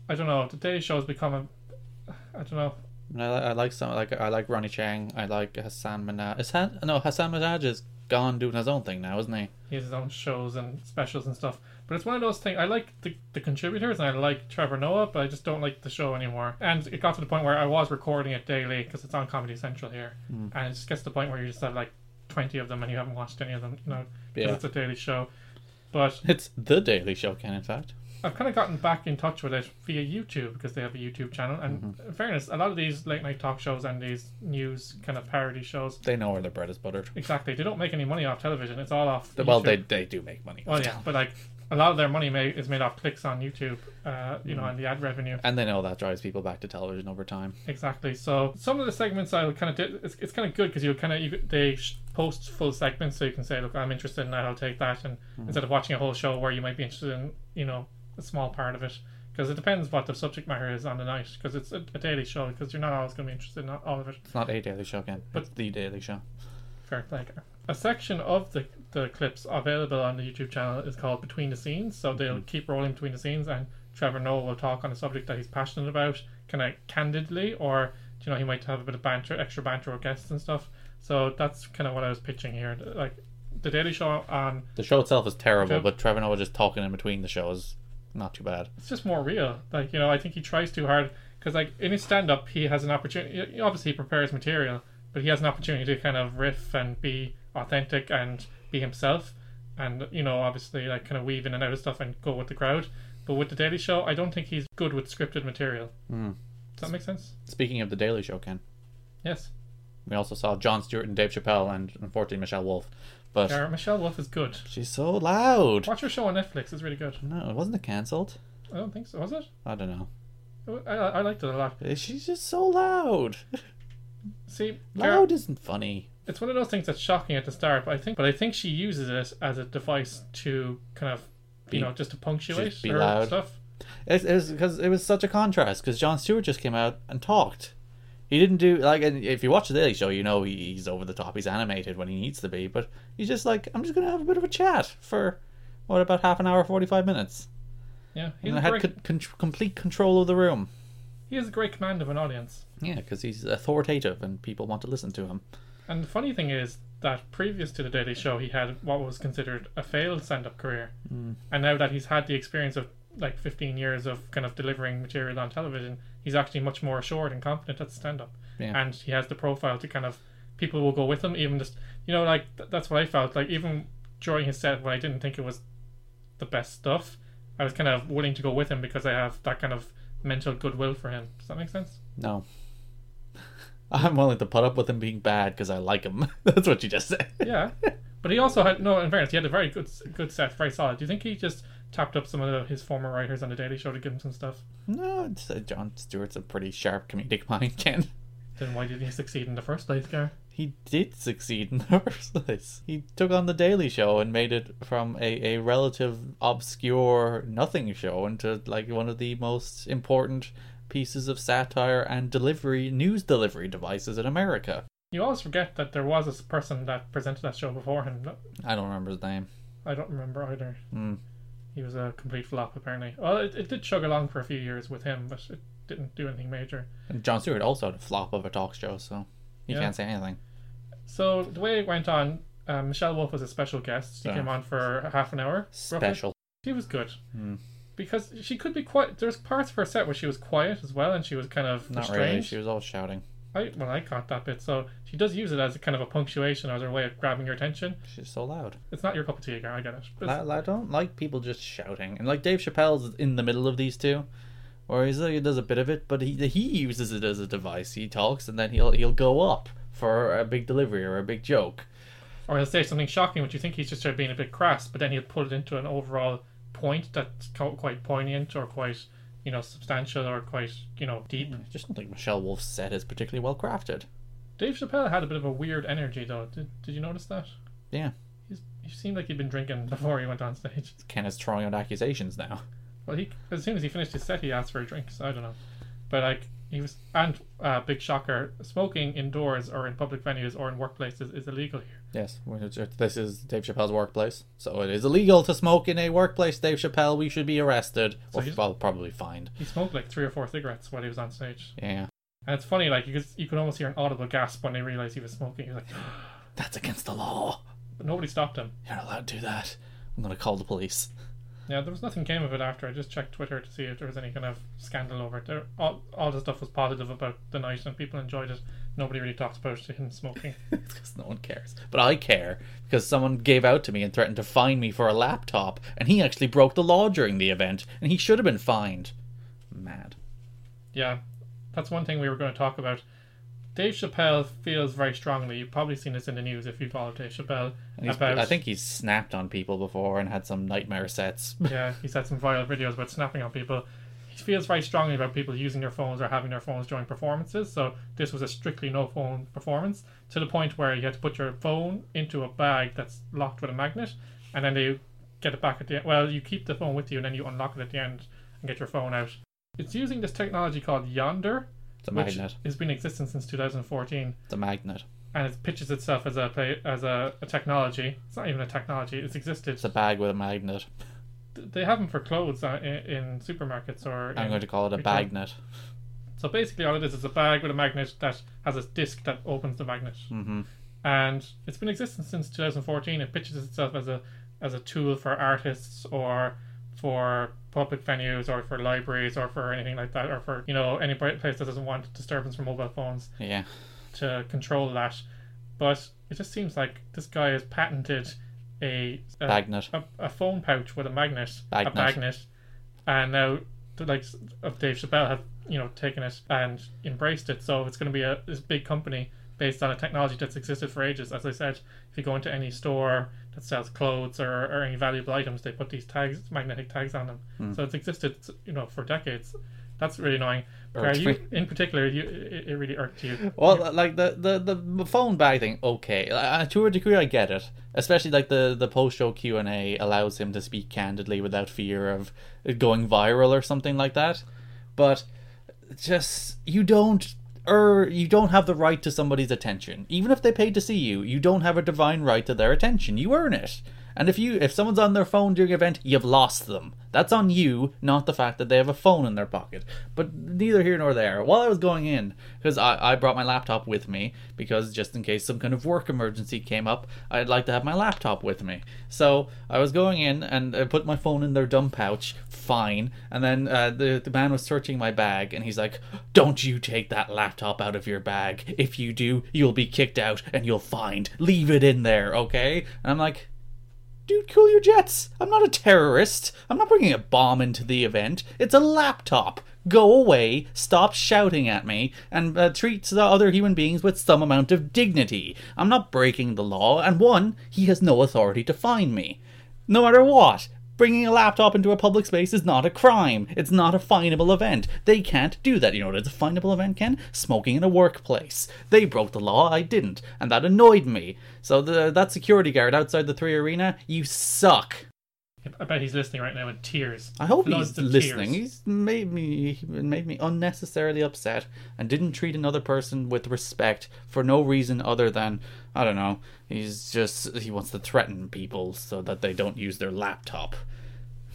Speaker 1: I don't know. The Daily Show has become a. I don't know.
Speaker 2: I, mean, I, li- I like some. Like I like Ronnie Chang. I like Hassan Minaj. Is Han, no, Hassan Minaj is gone doing his own thing now, isn't he?
Speaker 1: He has his own shows and specials and stuff. But it's one of those things. I like the, the contributors and I like Trevor Noah, but I just don't like the show anymore. And it got to the point where I was recording it daily because it's on Comedy Central here. And it just gets to the point where you just have like 20 of them and you haven't watched any of them, you know, 'cause
Speaker 2: Yeah.
Speaker 1: it's a daily show. But
Speaker 2: It's the Daily Show, Ken. In fact,
Speaker 1: I've kind of gotten back in touch with it via YouTube because they have a YouTube channel. And
Speaker 2: Mm-hmm.
Speaker 1: in fairness, a lot of these late night talk shows and these news kind of parody shows,
Speaker 2: they know where their bread is buttered.
Speaker 1: exactly, they don't make any money off television. It's all off.
Speaker 2: Well,
Speaker 1: YouTube.
Speaker 2: they they do make money.
Speaker 1: Well, Oh, yeah, but like a lot of their money made, is made off clicks on YouTube, uh, you know,
Speaker 2: Mm-hmm.
Speaker 1: and the ad revenue.
Speaker 2: And they know that drives people back to television over time.
Speaker 1: Exactly. So some of the segments I kind of did. It's, it's kind of good because you kind of you, they sh- post full segments, so you can say, look, I'm interested in that. I'll take that, and instead of watching a whole show where you might be interested in, you know, a small part of it, because it depends what the subject matter is on the night, because it's a, a daily show, because you're not always going to be interested in all of it.
Speaker 2: It's not a Daily Show, Ken.
Speaker 1: But-
Speaker 2: It's the Daily Show.
Speaker 1: Fair play. Gar. A section of the the clips available on the YouTube channel is called Between the Scenes, so they'll keep rolling between the scenes, and Trevor Noah will talk on a subject that he's passionate about, kind of candidly, or you know he might have a bit of banter, extra banter with guests and stuff. So that's kind of what I was pitching here, like the Daily Show on.
Speaker 2: The show itself is terrible,
Speaker 1: Yep.
Speaker 2: but Trevor Noah just talking in between the shows, not too bad.
Speaker 1: It's just more real. Like you know, I think he tries too hard because like in his stand up, he has an opportunity. Obviously, he prepares material, but he has an opportunity to kind of riff and be authentic and be himself, and you know, obviously, like kind of weave in and out of stuff and go with the crowd. But with the Daily Show, I don't think he's good with scripted material.
Speaker 2: Hmm.
Speaker 1: Does that make sense?
Speaker 2: Speaking of the Daily Show, Ken,
Speaker 1: Yes.
Speaker 2: we also saw John Stewart and Dave Chappelle, and unfortunately Michelle Wolf. But
Speaker 1: Gar- Michelle Wolf is good.
Speaker 2: she's so loud.
Speaker 1: Watch her show on Netflix. It's really good.
Speaker 2: No, wasn't it cancelled?
Speaker 1: I don't think so. Was it?
Speaker 2: I don't know. Eh,
Speaker 1: I, I liked it a lot.
Speaker 2: She's just so loud. [laughs]
Speaker 1: See, Gar-
Speaker 2: Loud isn't funny.
Speaker 1: it's one of those things that's shocking at the start, but I think but I think she uses it as a device to kind of
Speaker 2: Be-
Speaker 1: you know just to punctuate
Speaker 2: just be
Speaker 1: her
Speaker 2: loud.
Speaker 1: stuff.
Speaker 2: It's because it was such a contrast. Because John Stewart just came out and talked. He didn't do like, and if you watch the Daily Show, you know he, he's over the top. He's animated when he needs to be, but he's just like, I'm just gonna have a bit of a chat for what about half an hour, forty five minutes.
Speaker 1: Yeah, he
Speaker 2: And
Speaker 1: has,
Speaker 2: I
Speaker 1: a
Speaker 2: had
Speaker 1: great,
Speaker 2: con- con- complete control of the room.
Speaker 1: he has a great command of an audience.
Speaker 2: Yeah, because he's authoritative and people want to listen to him.
Speaker 1: And the funny thing is that previous to the Daily Show, he had what was considered a failed stand-up career,
Speaker 2: Hmm.
Speaker 1: and now that he's had the experience of like 15 years of kind of delivering material on television, he's actually much more assured and confident at stand-up,
Speaker 2: Yeah.
Speaker 1: and he has the profile to kind of people will go with him, even just you know like th- that's what I felt like even during his set when I didn't think it was the best stuff, I was kind of willing to go with him because I have that kind of mental goodwill for him. Does that make sense?
Speaker 2: No. [laughs] I'm willing to put up with him being bad because I like him. [laughs] That's what you just said.
Speaker 1: yeah, but he also had no. In fairness, he had a very good good set, very solid. Do you think he just tapped up some of the, his former writers on the Daily Show to give him some stuff?
Speaker 2: No, it's, uh, John Stewart's a pretty sharp comedic [laughs] mind, Ken.
Speaker 1: Then why didn't he [laughs] succeed in the first place, Gar?
Speaker 2: He did succeed in the [laughs] first place. He took on The Daily Show and made it from a, a relative obscure nothing show into like one of the most important pieces of satire and delivery news delivery devices in America.
Speaker 1: You always forget that there was this person that presented that show before him. No,
Speaker 2: I don't remember his name.
Speaker 1: I don't remember either.
Speaker 2: Hmm.
Speaker 1: He was a complete flop, apparently. Well, it, it did chug along for a few years with him, but it didn't do anything major.
Speaker 2: And John Stewart also had a flop of a talk show, so you
Speaker 1: Yeah.
Speaker 2: can't say anything.
Speaker 1: So the way it went on, um, Michelle Wolf was a special guest. She
Speaker 2: Yeah.
Speaker 1: came on for half an hour. roughly.
Speaker 2: Special. Hmm.
Speaker 1: She was good. Because she could be quiet. There's parts of her set where she was quiet as well, and she was kind of
Speaker 2: Not
Speaker 1: restrained.
Speaker 2: really. She was all shouting.
Speaker 1: I, well, I caught that bit. So she does use it as a kind of a punctuation or as her way of grabbing your attention.
Speaker 2: She's so loud.
Speaker 1: It's not your cup of tea, Gar, I get it. But it's-
Speaker 2: I, I don't like people just shouting. And like Dave Chappelle's in the middle of these two, or he's he does a bit of it, but he he uses it as a device. He talks and then he'll he'll go up for a big delivery or a big joke.
Speaker 1: or he'll say something shocking, which you think he's just uh, being a bit crass, but then he'll put it into an overall point that's co- quite poignant or quite, you know, substantial or quite, you know, deep.
Speaker 2: I just don't think Michelle Wolf's set is particularly well crafted.
Speaker 1: Dave Chappelle had a bit of a weird energy, though. Did, did you notice that?
Speaker 2: Yeah.
Speaker 1: He's He seemed like he'd been drinking before he went on stage. [laughs]
Speaker 2: Ken is throwing out accusations now.
Speaker 1: Well, he as soon as he finished his set, he asked for a drink. So I don't know, but like he was and uh, big shocker, smoking indoors or in public venues or in workplaces is illegal here.
Speaker 2: Yes, we're- this is Dave Chappelle's workplace, so it is illegal to smoke in a workplace. Dave Chappelle, we should be arrested.
Speaker 1: So
Speaker 2: Or,
Speaker 1: he's-
Speaker 2: well, probably fined.
Speaker 1: He smoked like three or four cigarettes while he was on stage,
Speaker 2: Yeah,
Speaker 1: and it's funny like you could you could almost hear an audible gasp when they realized he was smoking. He was like, [gasps]
Speaker 2: that's against the law.
Speaker 1: but nobody stopped him.
Speaker 2: You're not allowed to do that. I'm gonna call the police. [laughs]
Speaker 1: Yeah, there was nothing came of it after. I just checked Twitter to see if there was any kind of scandal over it. There, all, all the stuff was positive about the night and people enjoyed it. Nobody really talked about [laughs] him smoking.
Speaker 2: because no one cares. But I care because someone gave out to me and threatened to fine me for a laptop, and he actually broke the law during the event, and he should have been fined. Mad.
Speaker 1: yeah, that's one thing we were going to talk about. Dave Chappelle feels very strongly. You've probably seen this in the news if you follow Dave Chappelle.
Speaker 2: And he's,
Speaker 1: about,
Speaker 2: I think he's snapped on people before and had some nightmare sets. [laughs]
Speaker 1: yeah, he's had some viral videos about snapping on people. He feels very strongly about people using their phones or having their phones during performances. So this was a strictly no phone performance to the point where you had to put your phone into a bag that's locked with a magnet, and then they get it back at the end. Well, you keep the phone with you and then you unlock it at the end and get your phone out. It's using this technology called Yonder,
Speaker 2: It's a
Speaker 1: which
Speaker 2: magnet.
Speaker 1: has been in existence since 2014
Speaker 2: It's a magnet.
Speaker 1: and it pitches itself as a play, as a, a technology. It's not even a technology. It's existed.
Speaker 2: It's a bag with a magnet.
Speaker 1: They have them for clothes uh, in, in supermarkets or.
Speaker 2: I'm
Speaker 1: in-
Speaker 2: going to call it a
Speaker 1: Which
Speaker 2: bagnet.
Speaker 1: So basically, all it is is a bag with a magnet that has a disc that opens the magnet,
Speaker 2: Mm-hmm.
Speaker 1: and it's been in existence since 2014. It pitches itself as a as a tool for artists or for public venues or for libraries or for anything like that or for you know any place that doesn't want disturbance from mobile phones.
Speaker 2: Yeah.
Speaker 1: to control that. But it just seems like this guy has patented a a,
Speaker 2: Bagnet.
Speaker 1: a, a phone pouch with a magnet,
Speaker 2: Magnet.
Speaker 1: a magnet, and now the likes of Dave Chappelle have you know taken it and embraced it. So it's going to be a this big company based on a technology that's existed for ages. As I said, if you go into any store that sells clothes or, or any valuable items, they put these tags, magnetic tags on them.
Speaker 2: Hmm.
Speaker 1: So it's existed you know for decades. That's really annoying. Are
Speaker 2: Irked
Speaker 1: you,
Speaker 2: me.
Speaker 1: in particular, you, it, it really irked you.
Speaker 2: Oh, Well, like the, the the phone bag thing, okay. Uh, to a degree, I get it. Especially like the the post show Q and A allows him to speak candidly without fear of it going viral or something like that. But just you don't or you don't have the right to somebody's attention. Even if they paid to see you, you don't have a divine right to their attention. You earn it. And if you if someone's on their phone during an event, you've lost them. That's on you, not the fact that they have a phone in their pocket. But neither here nor there. While I was going in, because I, I brought my laptop with me, because just in case some kind of work emergency came up, I'd like to have my laptop with me. So I was going in and I put my phone in their dumb pouch, fine. And then uh, the, the man was searching my bag and he's like, Don't you take that laptop out of your bag. If you do, you'll be kicked out and you'll fined. Leave it in there, okay? And I'm like, Dude, cool your jets. I'm not a terrorist. I'm not bringing a bomb into the event. It's a laptop. Go away, stop shouting at me, and uh, treat the other human beings with some amount of dignity. I'm not breaking the law, and one, he has no authority to fine me. No matter what, bringing a laptop into a public space is not a crime. It's not a finable event. They can't do that. You know what is a finable event, Ken? Smoking in a workplace. They broke the law, I didn't, and that annoyed me. So the, that security guard outside the three arena, you suck.
Speaker 1: I bet he's listening right now in tears.
Speaker 2: I hope
Speaker 1: Floods
Speaker 2: he's
Speaker 1: of
Speaker 2: listening.
Speaker 1: tears.
Speaker 2: He's made me he made me unnecessarily upset and didn't treat another person with respect for no reason other than I don't know. He's just he wants to threaten people so that they don't use their laptop.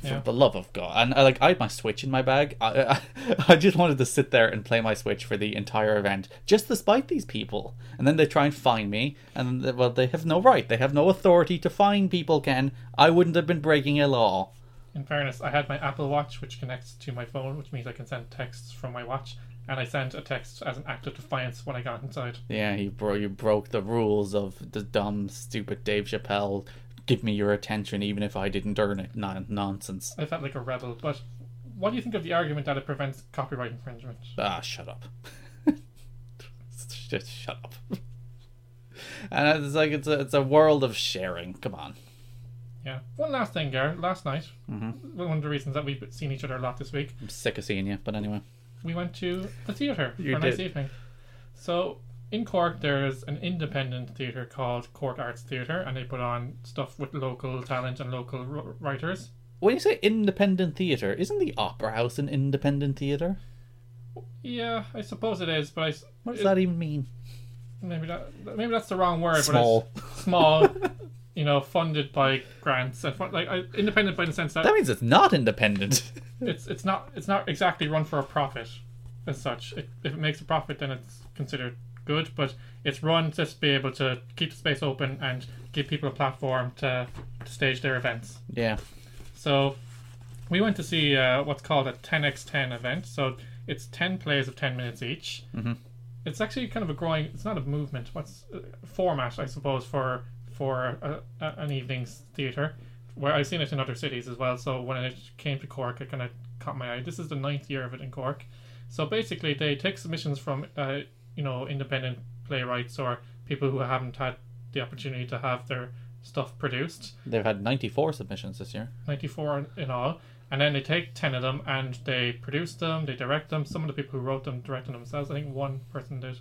Speaker 1: Yeah.
Speaker 2: For the love of God! And I, like I had my Switch in my bag. I, [laughs] I I just wanted to sit there and play my Switch for the entire event, just to spite these people. And then they try and fine me, and they- well, they have no right. They have no authority to fine people. Ken, I wouldn't have been breaking a law.
Speaker 1: In fairness, I had my Apple Watch, which connects to my phone, which means I can send texts from my watch, and I sent a text as an act of defiance when I got inside.
Speaker 2: Yeah, you bro, you broke the rules of the dumb, stupid Dave Chappelle. Give me your attention, even if I didn't earn it. Non- nonsense.
Speaker 1: I felt like a rebel. But what do you think of the argument that it prevents copyright infringement?
Speaker 2: Ah, shut up. [laughs] Just shut up. And it's like it's a it's a world of sharing. Come on.
Speaker 1: Yeah. One last thing, Garrett. Last night,
Speaker 2: Mm-hmm.
Speaker 1: one of the reasons that we've seen each other a lot this week,
Speaker 2: I'm sick of seeing you, but anyway.
Speaker 1: we went to the theatre for
Speaker 2: You
Speaker 1: a nice
Speaker 2: did.
Speaker 1: evening. So in Cork, there's an independent theatre called Cork Arts Theatre, and they put on stuff with local talent and local r- writers.
Speaker 2: When you say independent theatre, isn't the Opera House an independent theatre?
Speaker 1: Yeah, I suppose it is, but I s-
Speaker 2: What does
Speaker 1: it-
Speaker 2: that even mean?
Speaker 1: maybe that maybe that's the wrong word.
Speaker 2: Small.
Speaker 1: But it's small, you know, funded by grants and fun, like I, independent by the sense that,
Speaker 2: That means it's not independent. [laughs]
Speaker 1: it's it's not it's not exactly run for a profit, as such. It, if it makes a profit, then it's considered good, but it's run just to be able to keep the space open and give people a platform to, to stage their events.
Speaker 2: yeah.
Speaker 1: So we went to see uh, what's called a 10x10 event. So it's 10 plays of 10 minutes each. Mm-hmm. It's actually kind of a growing, it's not a movement, what's uh, format, I suppose, for for a, a, an evening's theatre. Where I've seen it in other cities as well. So when it came to Cork, it kind of caught my eye. This is the ninth year of it in Cork. So basically, they take submissions from, uh, you know, independent playwrights or people who haven't had the opportunity to have their stuff produced.
Speaker 2: They've had 94 submissions this year.
Speaker 1: 94 in all. And then they take 10 of them and they produce them, they direct them. Some of the people who wrote them directed them themselves. I think one person did.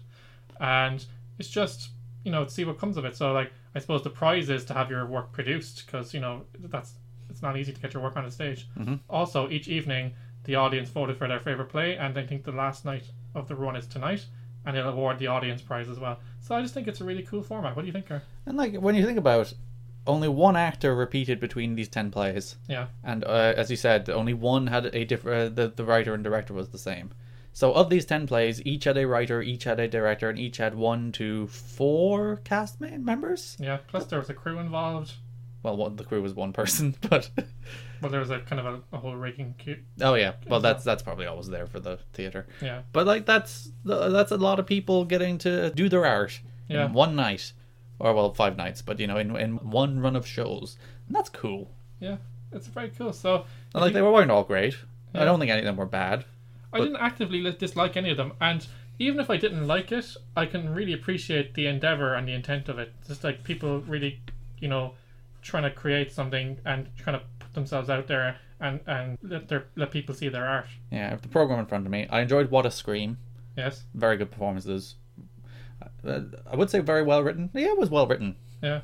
Speaker 1: And it's just, you know, to see what comes of it. So, like, I suppose the prize is to have your work produced because, you know, that's it's not easy to get your work on a stage. Also, each evening, the audience voted for their favorite play. And I think the last night of the run is tonight. And they'll award the audience prize as well. So I just think it's a really cool format. What do you think, Gar?
Speaker 2: And like when you think about it, only one actor repeated between these 10 plays.
Speaker 1: Yeah.
Speaker 2: And uh, as you said, only one had a different. Uh, the, the writer and director was the same. So of these ten plays, each had a writer, each had a director, and each had one to four cast ma- members.
Speaker 1: Yeah. Plus, there was a crew involved.
Speaker 2: Well, one, the crew was one person, [laughs] but
Speaker 1: Well, there was a kind of a, a whole rigging queue.
Speaker 2: oh yeah, well that's that's probably always there for the theater.
Speaker 1: Yeah,
Speaker 2: But like that's that's a lot of people getting to do their art
Speaker 1: Yeah.
Speaker 2: in one night, or well five nights, but you know in in one run of shows, and that's cool.
Speaker 1: yeah, it's very cool. So
Speaker 2: And, like they weren't all great. I
Speaker 1: Yeah.
Speaker 2: don't think any of them were bad.
Speaker 1: I didn't actively li- dislike any of them, and even if I didn't like it, I can really appreciate the endeavor and the intent of it. Just like people really, you know, trying to create something and trying to put themselves out there and and let their let people see their art.
Speaker 2: Yeah, I have the program in front of me. I enjoyed What a Scream.
Speaker 1: Yes,
Speaker 2: Very good performances. Uh, I would say very well written. Yeah, it was well written.
Speaker 1: yeah,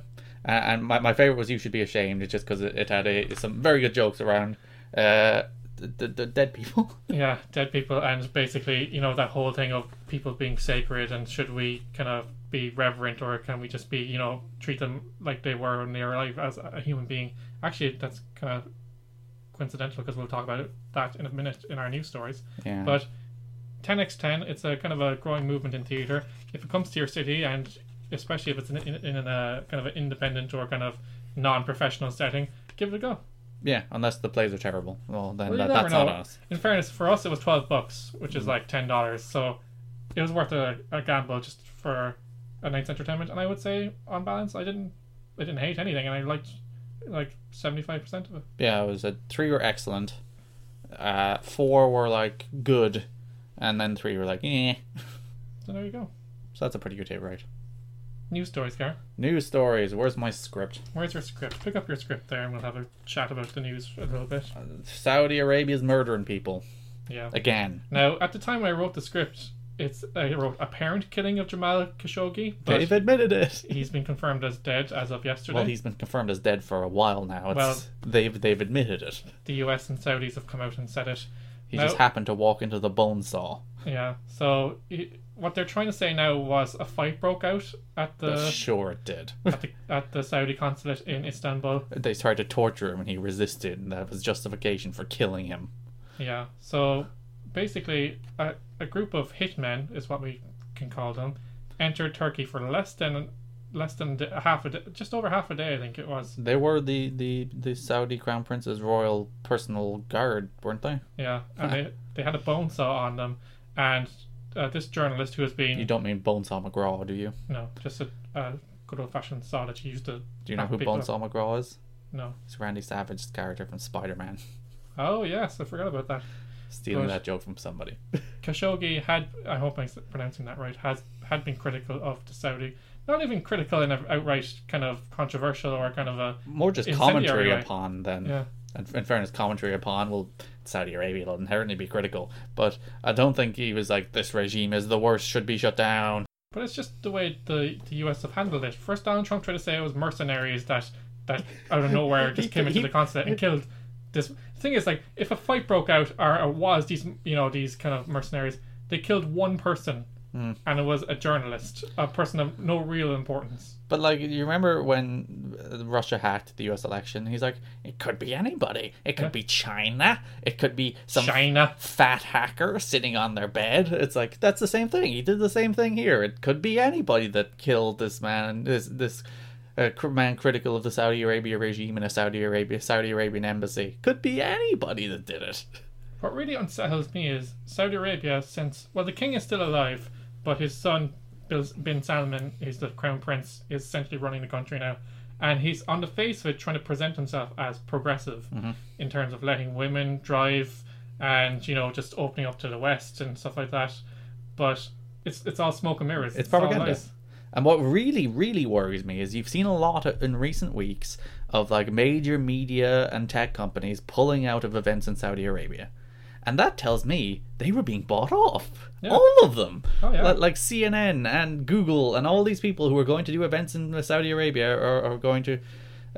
Speaker 2: Uh, and my, my favorite was You Should Be Ashamed. It's just because it, it had a, some very good jokes around uh, the, the, the dead people. [laughs]
Speaker 1: yeah. Dead people and basically, you know, that whole thing of people being sacred and should we kind of be reverent or can we just be, you know, treat them like they were when they were alive as a human being? Actually, that's kind of coincidental because we'll talk about it, that in a minute in our news stories.
Speaker 2: Yeah.
Speaker 1: But 10x10, it's a kind of a growing movement in theatre. If it comes to your city, and especially if it's in, in, in a kind of an independent or kind of non-professional setting, give it a go.
Speaker 2: yeah, unless the plays are terrible. Well, then
Speaker 1: Well, you
Speaker 2: that,
Speaker 1: never
Speaker 2: that's not
Speaker 1: know.
Speaker 2: us.
Speaker 1: In fairness, for us it was 12 bucks, which is like $10, so it was worth a, a gamble just for a night's entertainment. And I would say, on balance, I didn't I didn't hate anything, and I liked like 75% of it.
Speaker 2: Yeah, it was a three were excellent. Uh, four were like good, and then three were like eh.
Speaker 1: So there you go.
Speaker 2: So that's a pretty good tape, right?
Speaker 1: News stories, Gar.
Speaker 2: News stories. Where's my script?
Speaker 1: Where's your script? Pick up your script there, and we'll have a chat about the news a little bit.
Speaker 2: Saudi Arabia's murdering people
Speaker 1: Yeah.
Speaker 2: again.
Speaker 1: Now, at the time I wrote the script, it's I wrote apparent killing of Jamal Khashoggi, but
Speaker 2: They've admitted
Speaker 1: [laughs]
Speaker 2: it.
Speaker 1: he's been confirmed as dead as of yesterday.
Speaker 2: Well, he's been confirmed as dead for a while now. It's,
Speaker 1: Well-
Speaker 2: they've they've admitted it.
Speaker 1: The U.S. and Saudis have come out and said it.
Speaker 2: He
Speaker 1: No.
Speaker 2: just happened to walk into the bone saw.
Speaker 1: Yeah. So i what they're trying to say now was a fight broke out at the
Speaker 2: sure, it did.
Speaker 1: [laughs] at the, at the Saudi consulate in Istanbul.
Speaker 2: they tried to torture him, and he resisted, and that was justification for killing him.
Speaker 1: Yeah. So basically, a, a group of hitmen is what we can call them entered Turkey for less than less than d- half a day, just over half a day, I think it was.
Speaker 2: They were the the the Saudi crown prince's royal personal guard, weren't they?
Speaker 1: Yeah, and they, they had a bone saw on them, and uh, this journalist who has been
Speaker 2: You don't mean Bonesaw McGraw, do you?
Speaker 1: no just a, a good old fashioned saw that you used to
Speaker 2: Do you know
Speaker 1: Ah,
Speaker 2: who
Speaker 1: big one.
Speaker 2: Bonesaw McGraw is?
Speaker 1: no
Speaker 2: It's Randy Savage's character from Spider Man.
Speaker 1: oh yes I forgot about that
Speaker 2: [laughs] Stealing
Speaker 1: Good.
Speaker 2: that joke from somebody.
Speaker 1: Khashoggi had I hope I'm pronouncing that right has had been critical of the Saudi not even critical in an outright kind of controversial or kind of a
Speaker 2: More just
Speaker 1: Incendiary
Speaker 2: commentary
Speaker 1: way.
Speaker 2: upon than
Speaker 1: yeah
Speaker 2: And in fairness, commentary upon well, Saudi Arabia will inherently be critical, but I don't think he was like this regime is the worst, should be shut down.
Speaker 1: But it's just the way the, the US have handled it. First, Donald Trump tried to say it was mercenaries that, that out of
Speaker 2: [laughs]
Speaker 1: nowhere just
Speaker 2: He-
Speaker 1: came into
Speaker 2: he-
Speaker 1: the consulate and killed this. The thing is, like, if a fight broke out or it was these, you know, these kind of mercenaries, they killed one person
Speaker 2: Hmm.
Speaker 1: and it was a journalist, a person of no real importance.
Speaker 2: But like, you remember when uh, Russia hacked the U.S. election? He's like, it could be anybody. It could
Speaker 1: Yeah.
Speaker 2: be China. It could be some
Speaker 1: China.
Speaker 2: fat hacker sitting on their bed. It's like that's the same thing. He did the same thing here. It could be anybody that killed this man. This this uh, cr- man critical of the Saudi Arabia regime in a Saudi Arabia Saudi Arabian embassy. Could be anybody that did it. [laughs]
Speaker 1: What really unsettles me is Saudi Arabia, since, well, the king is still alive, but his son, Bil- bin Salman, who's the crown prince, is essentially running the country now. And he's on the face of it trying to present himself as progressive
Speaker 2: Mm-hmm.
Speaker 1: in terms of letting women drive and, you know, just opening up to the West and stuff like that. But it's it's all smoke and mirrors.
Speaker 2: It's
Speaker 1: all
Speaker 2: propaganda.
Speaker 1: lies.
Speaker 2: And what really, really worries me is you've seen a lot of, in recent weeks of like major media and tech companies pulling out of events in Saudi Arabia. And that tells me they were being bought off.
Speaker 1: Yeah.
Speaker 2: All of them.
Speaker 1: Oh, yeah.
Speaker 2: Li- Like, CNN and Google and all these people who are going to do events in Saudi Arabia are, are going to,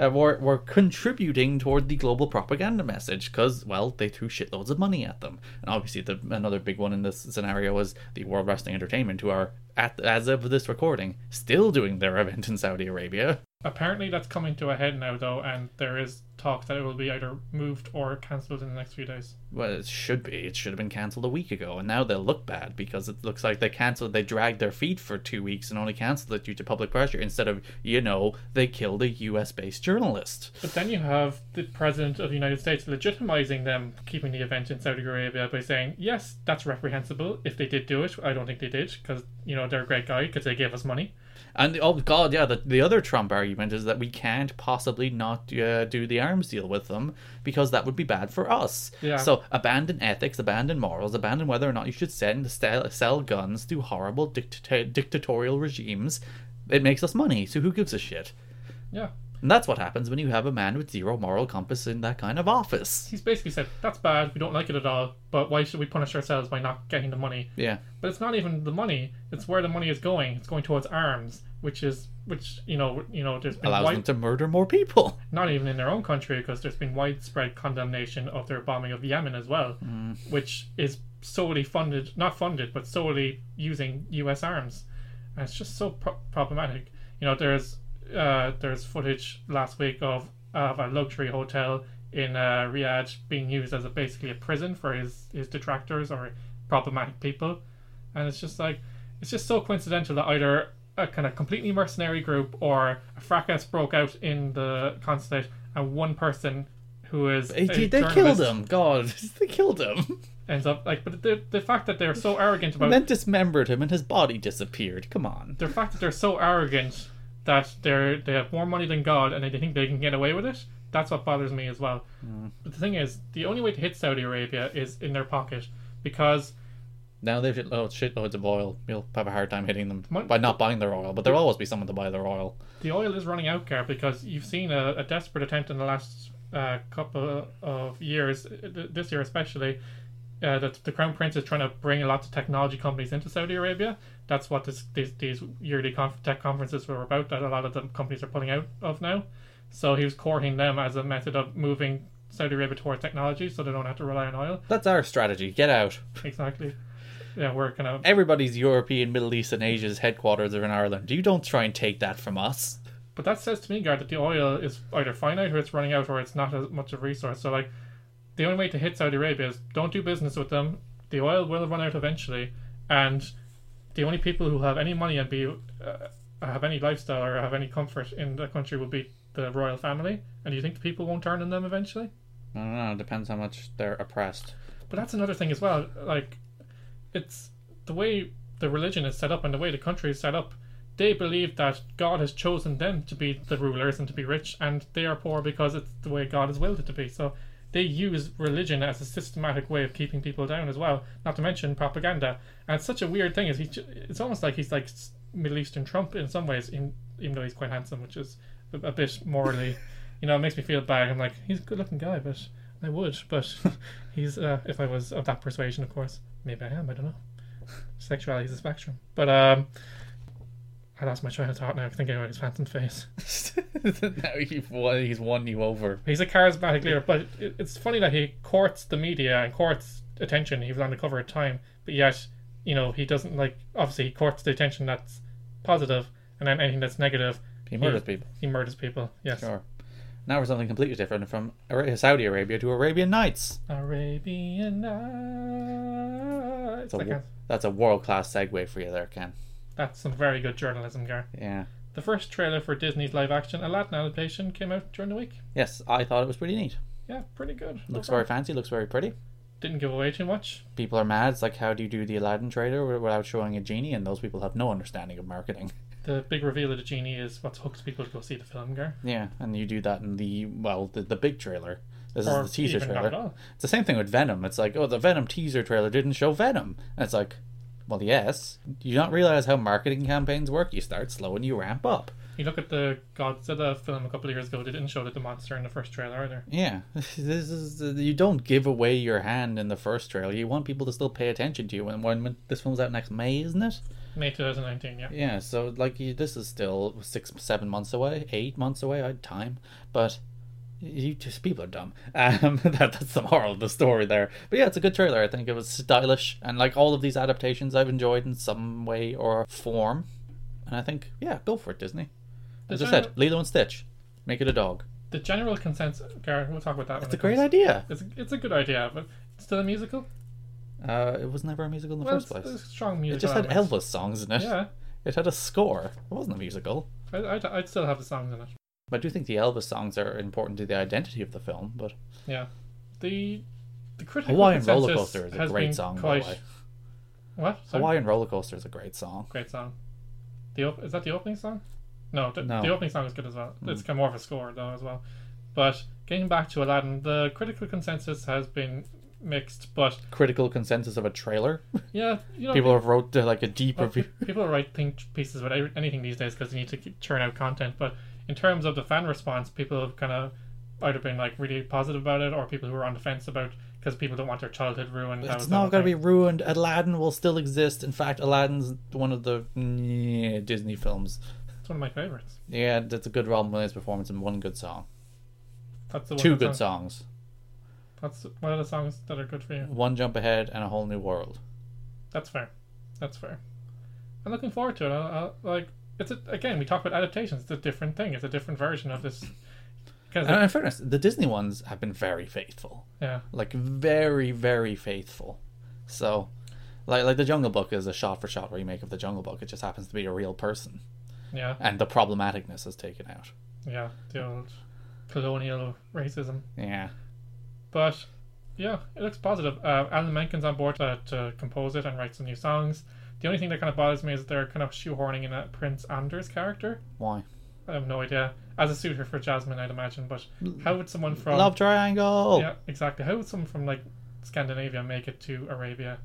Speaker 2: uh, were, were contributing toward the global propaganda message because, well, they threw shitloads of money at them. And obviously, the, another big one in this scenario was the World Wrestling Entertainment, who are, at, as of this recording, still doing their [laughs] event in Saudi Arabia.
Speaker 1: Apparently, that's coming to a head now, though, and there is talk that it will be either moved or cancelled in the next few days.
Speaker 2: Well, it should be. It should have been cancelled a week ago, and now they'll look bad because it looks like they cancelled. They dragged their feet for two weeks and only cancelled it due to public pressure. Instead of, you know, they killed a U.S.-based journalist.
Speaker 1: But then you have the president of the United States legitimizing them keeping the event in Saudi Arabia by saying, "Yes, that's reprehensible. If they did do it, I don't think they did because you know they're a great guy because they gave us money."
Speaker 2: And oh god, yeah, the, the other Trump argument is that we can't possibly not uh, do the arms deal with them because that would be bad for us.
Speaker 1: Yeah.
Speaker 2: So abandon ethics, abandon morals, abandon whether or not you should send sell, sell guns to horrible dictata- dictatorial regimes. It makes us money, so who gives a shit?
Speaker 1: Yeah,
Speaker 2: And that's what happens when you have a man with zero moral compass in that kind of office.
Speaker 1: he's basically said that's bad. We don't like it at all. But why should we punish ourselves by not getting the money?
Speaker 2: Yeah.
Speaker 1: But it's not even the money; it's where the money is going. It's going towards arms, which is which you know you know there's been
Speaker 2: Allows
Speaker 1: wide,
Speaker 2: them to murder more people.
Speaker 1: not even in their own country because there's been widespread condemnation of their bombing of Yemen as well, which is solely funded, not funded, but solely using U.S. arms, and it's just so pro- problematic. You know, there's uh, there's footage last week of of a luxury hotel in uh, Riyadh being used as a basically a prison for his his detractors or problematic people, and it's just like it's just so coincidental that either a kind of completely mercenary group or a fracas broke out in the consulate and one person who is
Speaker 2: They,
Speaker 1: a
Speaker 2: they killed
Speaker 1: journalist
Speaker 2: him. God, [laughs] they killed him.
Speaker 1: ends up like but the, the fact that they're
Speaker 2: [laughs]
Speaker 1: so arrogant about
Speaker 2: And then dismembered him and his body disappeared. Come on.
Speaker 1: the fact that they're so arrogant that they're they have more money than God and they think they can get away with it. That's what bothers me as well. But the thing is, the only way to hit Saudi Arabia is in their pocket because
Speaker 2: Now oh, they've shitloads, shitloads of oil. You'll have a hard time hitting them
Speaker 1: Mon-
Speaker 2: by not buying their oil, but there'll always be someone to buy their oil.
Speaker 1: the oil is running out, Gar, because you've seen a, a desperate attempt in the last uh, couple of years, uh, th- this year especially, uh, that the Crown Prince is trying to bring lots of technology companies into Saudi Arabia. That's what this, these, these yearly conf- tech conferences were about, that a lot of the companies are pulling out of now. So he was courting them as a method of moving Saudi Arabia towards technology so they don't have to rely on oil.
Speaker 2: That's our strategy. Get out.
Speaker 1: Exactly. Yeah, we're kind of
Speaker 2: Everybody's European, Middle East, and Asia's headquarters are in Ireland. You don't try and take that from us.
Speaker 1: But that says to me, Gar, that the oil is either finite or it's running out or it's not as much of a resource. So, like, the only way to hit Saudi Arabia is don't do business with them. The oil will run out eventually. And the only people who have any money and be uh, have any lifestyle or have any comfort in the country will be the royal family. And do you think the people won't turn on them eventually?
Speaker 2: I don't know. It depends how much they're oppressed.
Speaker 1: But that's another thing as well. Like, it's the way the religion is set up and the way the country is set up. They believe that God has chosen them to be the rulers and to be rich, and they are poor because it's the way God has willed it to be. So they use religion as a systematic way of keeping people down as well. Not to mention propaganda. And it's such a weird thing. Is he? ju- It's almost like he's like s- Middle Eastern Trump in some ways, in, even though he's quite handsome, which is a, a bit morally, you know, it makes me feel bad. I'm like, he's a good-looking guy, but I would, but [laughs] he's uh, if I was of that persuasion, of course. Maybe I am. I don't know. Sexuality is a spectrum, but um, I lost my childhood heart now thinking about his phantom face.
Speaker 2: [laughs] now you've won, he's won you over.
Speaker 1: He's a charismatic leader, but it, it's funny that he courts the media and courts attention. He was on the cover of Time, but yet, you know, he doesn't like. Obviously, he courts the attention that's positive, and then anything that's negative,
Speaker 2: He murders people.
Speaker 1: he murders people. Yes.
Speaker 2: Sure. Now for something completely different from Ara- Saudi Arabia to Arabian Nights.
Speaker 1: Arabian Nights.
Speaker 2: It's a
Speaker 1: I
Speaker 2: wo-
Speaker 1: can't-
Speaker 2: that's a world class segue for you there, Ken.
Speaker 1: That's some very good journalism, Gar.
Speaker 2: Yeah.
Speaker 1: The first trailer for Disney's live action Aladdin adaptation came out during the week.
Speaker 2: Yes, I thought it was pretty neat.
Speaker 1: Yeah, pretty good.
Speaker 2: Looks
Speaker 1: Overall.
Speaker 2: very fancy, looks very pretty.
Speaker 1: Didn't give away too much.
Speaker 2: People are mad. It's like, how do you do the Aladdin trailer wi- without showing a genie? And those people have no understanding of marketing.
Speaker 1: The big reveal of the genie is what's hooked people to go see the film, Gar.
Speaker 2: Yeah, and you do that in the, well, the, the big trailer. This
Speaker 1: Or
Speaker 2: is the teaser
Speaker 1: even not at
Speaker 2: trailer.
Speaker 1: all.
Speaker 2: It's the same thing with Venom. It's like, oh, the Venom teaser trailer didn't show Venom. And it's like, well, yes. You don't realize how marketing campaigns work. You start slow and you ramp up.
Speaker 1: You look at the Godzilla film a couple of years ago, they didn't show that the monster in the first trailer either.
Speaker 2: Yeah, [laughs] this is you don't give away your hand in the first trailer. You want people to still pay attention to you. And when, when this film's out next May, isn't it?
Speaker 1: May 2019, yeah.
Speaker 2: Yeah, so like you, this is still six, seven months away, eight months away. I had time, but you just people are dumb. [laughs] Um, that that's the moral of the story there. But yeah, it's a good trailer. I think it was stylish, and like all of these adaptations, I've enjoyed in some way or form. And I think yeah, go for it, Disney. As I
Speaker 1: Is
Speaker 2: said,
Speaker 1: there-
Speaker 2: Lilo and Stitch, make it a dog.
Speaker 1: The general consensus, Gar, we'll talk about that when
Speaker 2: It's a
Speaker 1: it
Speaker 2: great
Speaker 1: comes.
Speaker 2: idea.
Speaker 1: It's a, it's a good idea, but it's still a musical?
Speaker 2: Uh, it was never a musical in the
Speaker 1: Well,
Speaker 2: first
Speaker 1: it's,
Speaker 2: place.
Speaker 1: it's strong
Speaker 2: It
Speaker 1: musical.
Speaker 2: just had
Speaker 1: elements.
Speaker 2: Elvis songs in it.
Speaker 1: Yeah,
Speaker 2: It had a score. It wasn't a musical.
Speaker 1: I, I'd, I'd still have the songs in it.
Speaker 2: But I do think the Elvis songs are important to the identity of the film. But
Speaker 1: Yeah. The the critical
Speaker 2: Hawaiian
Speaker 1: consensus
Speaker 2: Roller Coaster is a
Speaker 1: has
Speaker 2: great
Speaker 1: been
Speaker 2: song, by
Speaker 1: Quite...
Speaker 2: the way.
Speaker 1: What? Sorry?
Speaker 2: Hawaiian Roller Coaster is a great song.
Speaker 1: Great song. The op- is that the opening song? No, the,
Speaker 2: No. Hmm.
Speaker 1: the opening song is good as well. It's kind of more of a score though as well. But getting back to Aladdin, the critical consensus has been mixed, but
Speaker 2: Critical consensus of
Speaker 1: [laughs]
Speaker 2: a trailer.
Speaker 1: yeah, you know,
Speaker 2: People have wrote uh, like a deep
Speaker 1: Well,
Speaker 2: review.
Speaker 1: pe- [laughs] People write think pieces about every- anything these days because they need to keep- churn out content. But in terms of the fan response, people have kind of either been like really positive about it, or people who are on the fence about because people don't want their childhood ruined. That
Speaker 2: It's
Speaker 1: was
Speaker 2: not
Speaker 1: the whole
Speaker 2: going to be ruined. Aladdin will still exist. In fact, Aladdin's one of the yeah, Disney films.
Speaker 1: thing. It's one of my favorites.
Speaker 2: Yeah, that's a good Robin Williams performance and one good song.
Speaker 1: That's the one
Speaker 2: Two
Speaker 1: of the
Speaker 2: good
Speaker 1: songs.
Speaker 2: songs.
Speaker 1: That's one of the songs that are good for you.
Speaker 2: One Jump Ahead and A Whole New World.
Speaker 1: That's fair. That's fair. I'm looking forward to it. I, I, like it's a, again, we talk about adaptations. It's a different thing. It's a different version of this. Because
Speaker 2: And in fairness, the Disney ones have been very faithful.
Speaker 1: yeah,
Speaker 2: like very very faithful so like like the jungle book is a shot for shot remake of the jungle book it just happens to be a real person
Speaker 1: yeah,
Speaker 2: and the problematicness is taken out
Speaker 1: yeah. The old colonial racism.
Speaker 2: yeah
Speaker 1: But yeah, it looks positive. Uh, Alan Menken's on board to, to compose it and write some new songs. The only thing that kind of bothers me is they're kind of shoehorning in a Prince Anders character.
Speaker 2: why
Speaker 1: I have no idea. As a suitor for Jasmine, I'd imagine. But how would someone from
Speaker 2: love triangle
Speaker 1: yeah exactly how would someone from like Scandinavia make it to Arabia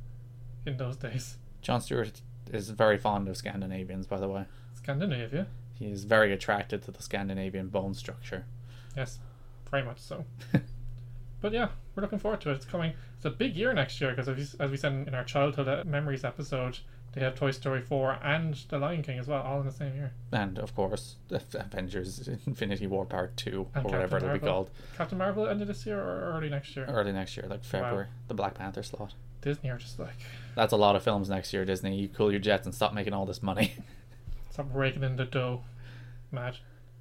Speaker 1: in those days?
Speaker 2: john stewart is very fond of scandinavians by the way
Speaker 1: Scandinavia,
Speaker 2: he is very attracted to the scandinavian bone structure
Speaker 1: yes, very much so. but yeah, we're looking forward to it. It's coming. It's a big year next year because as, as we said in our childhood uh, memories episode, they have Toy Story four and The Lion King as well, all in the same year.
Speaker 2: and of course [laughs] avengers infinity war part 2
Speaker 1: And
Speaker 2: or whatever
Speaker 1: Captain
Speaker 2: it'll be
Speaker 1: Marvel.
Speaker 2: called
Speaker 1: Captain Marvel ended this year or early next year.
Speaker 2: early next year like february the black panther slot
Speaker 1: Disney are just like
Speaker 2: that's a lot of films next year disney you cool your jets and stop making all this money [laughs]
Speaker 1: stop raking in the dough, mad.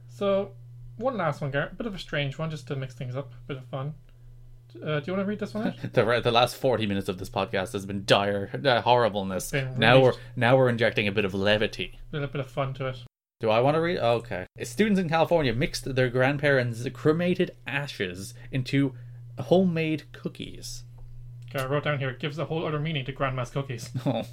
Speaker 1: So one last one, Garrett. Bit of a strange one, just to mix things up, bit of fun. Uh, do you want to read this one? out?
Speaker 2: The, re- the last 40 minutes of this podcast has been dire uh, horribleness.
Speaker 1: Been really-
Speaker 2: Now we're now we're injecting a bit of levity.
Speaker 1: a little bit of fun to it.
Speaker 2: Do I want to read? Okay. Students in California mixed their grandparents' cremated ashes into homemade cookies. [laughs]
Speaker 1: Okay, I wrote down here. It gives a whole other meaning to Grandma's
Speaker 2: [laughs]
Speaker 1: cookies.
Speaker 2: Oh,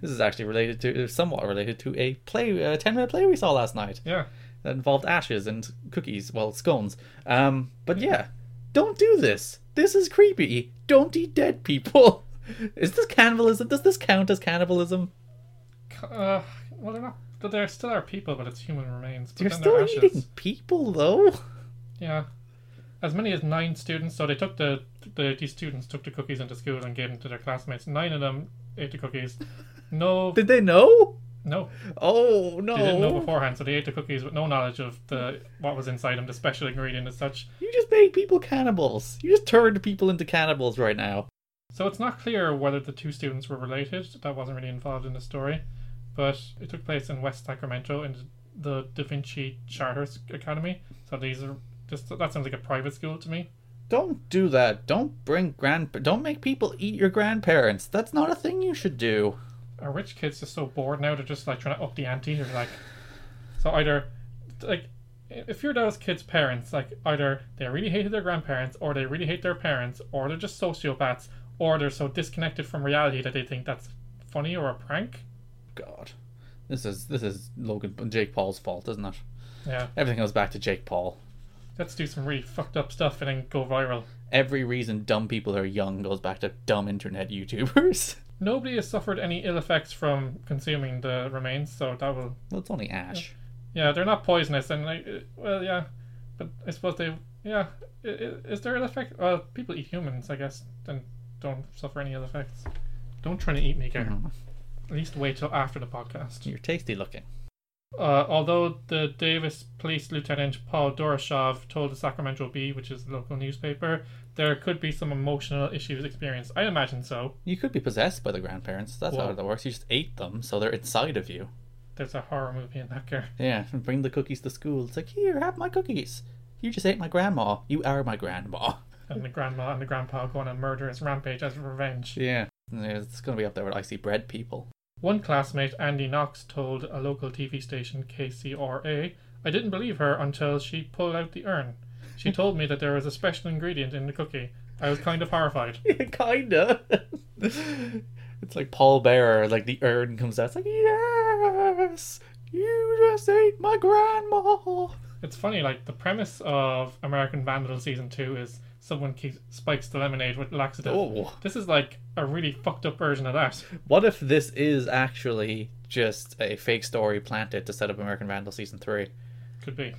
Speaker 2: this is actually related to somewhat related to a play a 10 minute play we saw last night
Speaker 1: Yeah,
Speaker 2: that involved ashes and cookies, well, scones. Um, but yeah, don't do this. This is creepy. Don't eat dead people. [laughs] Is this cannibalism? Does this count as cannibalism?
Speaker 1: C- uh, well they're not. but They're still our people, but it's human remains. But
Speaker 2: You're
Speaker 1: then
Speaker 2: still
Speaker 1: they're
Speaker 2: eating people, though. [laughs]
Speaker 1: Yeah, as many as nine students. So they took the, the these students took the cookies into school and gave them to their classmates. Nine of them ate the cookies. No
Speaker 2: Did they know?
Speaker 1: No,
Speaker 2: Oh
Speaker 1: they didn't know
Speaker 2: no!
Speaker 1: beforehand, so they ate the cookies with no knowledge of the what was inside them, the special ingredient as such.
Speaker 2: You just made people cannibals. You just turned people into cannibals right now.
Speaker 1: So it's not clear whether the two students were related. That wasn't really involved in the story, but it took place in West Sacramento in the Da Vinci Charter S- Academy. So these are just that sounds like a private school to me.
Speaker 2: Don't do that. Don't bring grand. Don't make people eat your grandparents. That's not a thing you should do.
Speaker 1: Are rich kids just so bored now? They're just like trying to up the ante. They're like, so either like if you're those kids' parents, like either they really hated their grandparents, or they really hate their parents, or they're just sociopaths, or they're so disconnected from reality that they think that's funny or a prank.
Speaker 2: God, this is this is Logan Jake Paul's fault, isn't it?
Speaker 1: Yeah.
Speaker 2: Everything goes back to Jake Paul.
Speaker 1: Let's do some really fucked up stuff and then go viral.
Speaker 2: Every reason dumb people are young goes back to dumb internet [laughs] YouTubers.
Speaker 1: Nobody has suffered any ill effects from consuming the remains, so that will.
Speaker 2: well, it's only ash.
Speaker 1: Yeah, they're not poisonous, and like, uh, well, yeah, but I suppose they. Yeah, i- i- is there ill effect? Well, people eat humans, I guess, and don't suffer any ill effects. Don't try to eat me, Gary.
Speaker 2: Mhm.
Speaker 1: At least wait till after the podcast.
Speaker 2: You're tasty looking.
Speaker 1: Uh, although the Davis Police Lieutenant Paul Doroshov told the Sacramento Bee, which is the local newspaper, there could be some emotional issues experienced. I imagine so.
Speaker 2: You could be possessed by the grandparents. That's
Speaker 1: Whoa.
Speaker 2: how that works. You just ate them, so they're inside of you.
Speaker 1: There's a horror movie in that, Gary.
Speaker 2: Yeah, and bring the cookies to school. It's like, here, have my cookies. You just ate my grandma. You are my grandma.
Speaker 1: [laughs]
Speaker 2: [laughs]
Speaker 1: and the grandma and the grandpa go on a murderous rampage as revenge.
Speaker 2: Yeah. It's going to be up there with icy bread people. [laughs]
Speaker 1: One classmate, Andy Knox, told a local TV station, KCRA, I didn't believe her until she pulled out the urn.
Speaker 2: [laughs]
Speaker 1: She told me that there was a special ingredient in the cookie. I was kind of horrified.
Speaker 2: Kinda. [laughs] it's like Paul Bearer, like the urn comes out. It's like, yes, you just ate my grandma.
Speaker 1: It's funny, like, the premise of American Vandal Season 2 is someone keeps, spikes the lemonade with laxative.
Speaker 2: Oh.
Speaker 1: This is like a really fucked up version of that.
Speaker 2: What if this is actually just a fake story planted to set up American Vandal season three?
Speaker 1: Could be.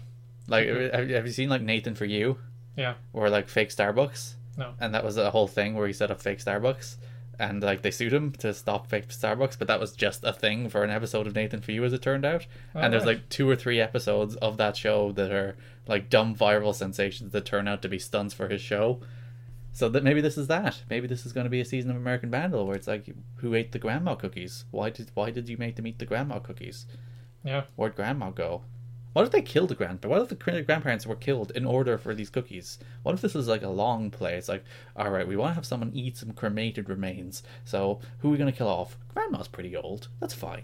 Speaker 2: Like, have have you seen like Nathan for You,
Speaker 1: Yeah.
Speaker 2: or like fake Starbucks?
Speaker 1: No.
Speaker 2: And that was a whole thing where he set up fake Starbucks, and like they sued him to stop fake Starbucks, but that was just a thing for an episode of Nathan for You, as it turned out. and there's
Speaker 1: Alright.
Speaker 2: like two or three episodes of that show that are like dumb viral sensations that turn out to be stunts for his show. So that maybe this is that. Maybe this is going to be a season of American Vandal where it's like, who ate the grandma cookies? Why did why did you make them eat the grandma cookies?
Speaker 1: Yeah.
Speaker 2: Where'd grandma go? What if they killed the grandpa? What if the grand- grandparents were killed in order for these cookies? What if this is like a long play? It's like, all right, we want to have someone eat some cremated remains. So who are we going to kill off? Grandma's pretty old. That's fine.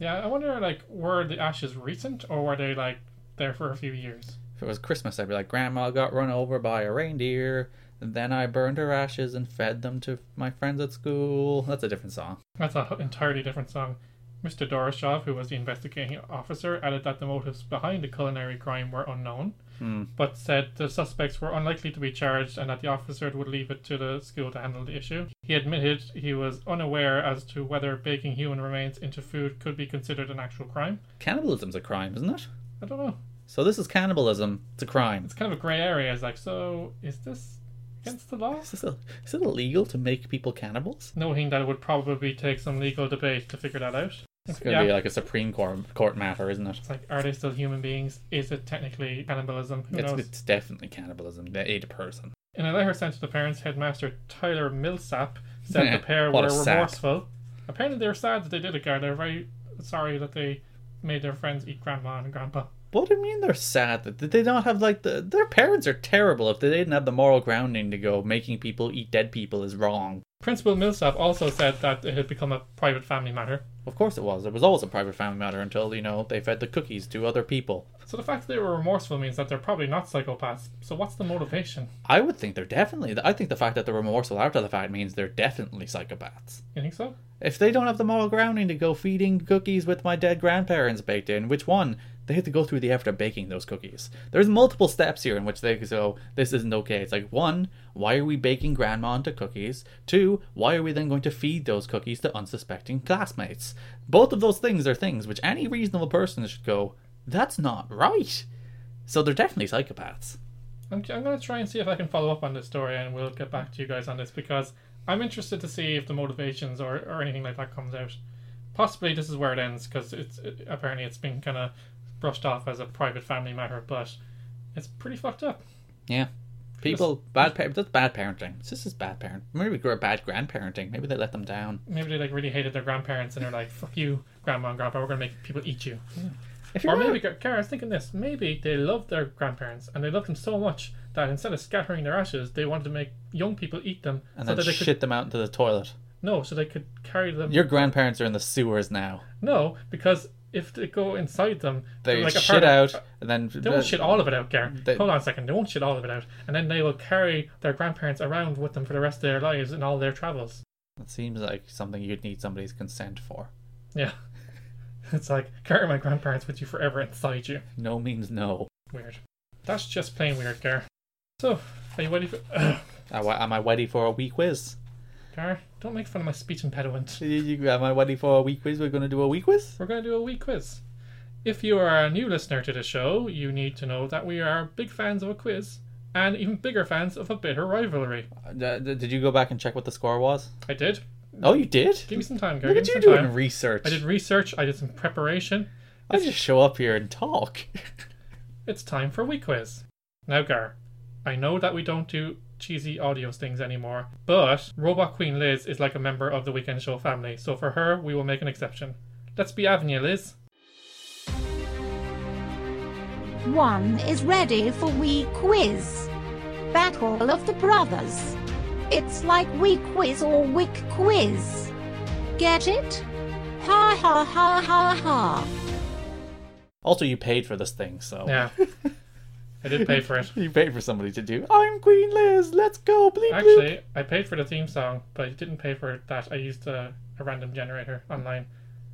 Speaker 1: Yeah, I wonder, like, were the ashes recent or were they, like, there for a few years?
Speaker 2: If it was Christmas, I'd be like, Grandma got run over by a reindeer, and then I burned her ashes and fed them to my friends at school. That's a different song.
Speaker 1: That's an entirely different song. Mr. Doroshov, who was the investigating officer, added that the motives behind the culinary crime were unknown,
Speaker 2: Hmm.
Speaker 1: but said the suspects were unlikely to be charged and that the officer would leave it to the school to handle the issue. He admitted he was unaware as to whether baking human remains into food could be considered an actual crime.
Speaker 2: Cannibalism's a crime, isn't it?
Speaker 1: I don't know.
Speaker 2: So this is cannibalism. It's a crime.
Speaker 1: It's kind of a grey area. It's like, so is this against the law?
Speaker 2: Is, this a, is it illegal to make people cannibals?
Speaker 1: Noting that it would probably take some legal debate to figure that out.
Speaker 2: It's going to
Speaker 1: Yeah.
Speaker 2: be like a Supreme Court, court matter, isn't it?
Speaker 1: It's like, are they still human beings? Is it technically cannibalism? Who
Speaker 2: It's,
Speaker 1: knows?
Speaker 2: it's definitely cannibalism. They ate a person.
Speaker 1: In a letter sent to the parents, headmaster Tyler Millsap
Speaker 2: [laughs]
Speaker 1: said the pair were
Speaker 2: What a sap.
Speaker 1: remorseful. Apparently, they were sad that they did it, guy. They're very sorry that they made their friends eat grandma and grandpa.
Speaker 2: What do you mean they're sad? That did they not have like the their parents are terrible. If they didn't have the moral grounding to go, making people eat dead people is wrong.
Speaker 1: Principal Millsap also said that it had become a private family matter.
Speaker 2: Of course it was. It was always a private family matter until, you know, they fed the cookies to other people.
Speaker 1: So the fact that they were remorseful means that they're probably not psychopaths. So what's the motivation?
Speaker 2: I would think they're definitely. I think the fact that they're remorseful after the fact means they're definitely psychopaths.
Speaker 1: You think so?
Speaker 2: If they don't have the moral grounding to go feeding cookies with my dead grandparents baked in, which one? They had to go through the effort of baking those cookies. There's multiple steps here in which they go, this isn't okay. It's like, one, why are we baking grandma into cookies? Two, why are we then going to feed those cookies to unsuspecting classmates? Both of those things are things which any reasonable person should go, that's not right. So they're definitely psychopaths.
Speaker 1: I'm, I'm going to try and see if I can follow up on this story and we'll get back to you guys on this because I'm interested to see if the motivations or, or anything like that comes out. possibly this is where it ends because it's it, apparently it's been kind of brushed off as a private family matter, but it's pretty fucked up.
Speaker 2: Yeah. People, bad parents, that's bad parenting. This is bad parent. Maybe we grew up bad grandparenting. Maybe they let them down.
Speaker 1: Maybe they like really hated their grandparents and they're like, "Fuck you, grandma and grandpa. We're gonna make people eat you."
Speaker 2: If
Speaker 1: Or
Speaker 2: you're
Speaker 1: maybe, Kara, I was thinking this. Maybe they loved their grandparents and they loved them so much that instead of scattering their ashes, they wanted to make young people eat them
Speaker 2: and
Speaker 1: so
Speaker 2: then
Speaker 1: that they
Speaker 2: shit
Speaker 1: could
Speaker 2: them out into the toilet.
Speaker 1: no, so they could carry them.
Speaker 2: Your grandparents are in the sewers now.
Speaker 1: No, because if they go inside them,
Speaker 2: They
Speaker 1: they're like a
Speaker 2: shit
Speaker 1: part of-
Speaker 2: out, and then
Speaker 1: They won't shit all of it out, Gar.
Speaker 2: They-
Speaker 1: Hold on a second. They won't shit all of it out, and then they will carry their grandparents around with them for the rest of their lives in all their travels.
Speaker 2: It seems like something you'd need somebody's consent for.
Speaker 1: Yeah, [laughs] it's like carry my grandparents with you forever inside you.
Speaker 2: No means no.
Speaker 1: Weird. That's just plain weird, Gar. So, are you ready for? [coughs]
Speaker 2: Am I, am I ready for a wee quiz?
Speaker 1: Gar, don't make fun of my speech impediment.
Speaker 2: You- you- Am I ready for a wee quiz? We're going to do a wee quiz?
Speaker 1: We're going to do a wee quiz. If you are a new listener to the show, you need to know that we are big fans of a quiz, and even bigger fans of a bitter rivalry.
Speaker 2: Uh, th- did you go back and check what the score was?
Speaker 1: I did.
Speaker 2: Oh, you did?
Speaker 1: Give me some time, Gar. Give
Speaker 2: Look
Speaker 1: me
Speaker 2: at you
Speaker 1: some
Speaker 2: doing
Speaker 1: time.
Speaker 2: research.
Speaker 1: I did research. I did some preparation.
Speaker 2: I just show up here and talk. [laughs]
Speaker 1: It's time for Wee Quiz. Now, Gar, I know that we don't do cheesy audio things anymore, but Robot Queen Liz is like a member of the Weekend Show family, so for her, we will make an exception. Let's be having you, Liz.
Speaker 3: One is ready for Wee Quiz. Battle of the Brothers. It's like Wee Quiz or Wick Quiz. Get it? Ha ha ha ha ha.
Speaker 2: Also, you paid for this thing, so.
Speaker 1: Yeah. I did pay for
Speaker 2: [laughs]
Speaker 1: it.
Speaker 2: You paid for somebody to do. I'm Queen Liz. Let's go, bleep bleep.
Speaker 1: Actually, I paid for the theme song, but I didn't pay for that. I used a, a random generator online.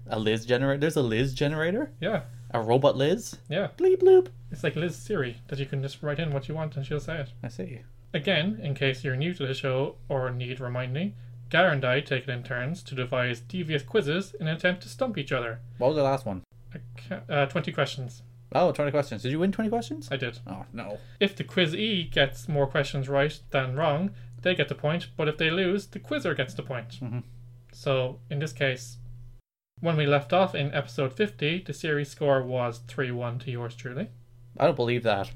Speaker 2: A Liz generator. There's a Liz generator.
Speaker 1: Yeah,
Speaker 2: A robot Liz.
Speaker 1: yeah.
Speaker 2: Bleep bloop.
Speaker 1: It's like Liz Siri, that you can just write in what you want and she'll say it.
Speaker 2: I see.
Speaker 1: Again, in case you're new to the show or need reminding, Gar and I take it in turns to devise devious quizzes in an attempt to stump each other.
Speaker 2: What was the last one?
Speaker 1: I can't- Uh, 20 questions.
Speaker 2: Oh, 20 questions. Did you win 20 questions?
Speaker 1: I did.
Speaker 2: Oh, no.
Speaker 1: If the quiz E gets more questions right than wrong, they get the point, but if they lose, the quizzer gets the point.
Speaker 2: Mhm.
Speaker 1: So, in this case, when we left off in episode 50, the series score was 3 1 to yours truly.
Speaker 2: I don't believe that.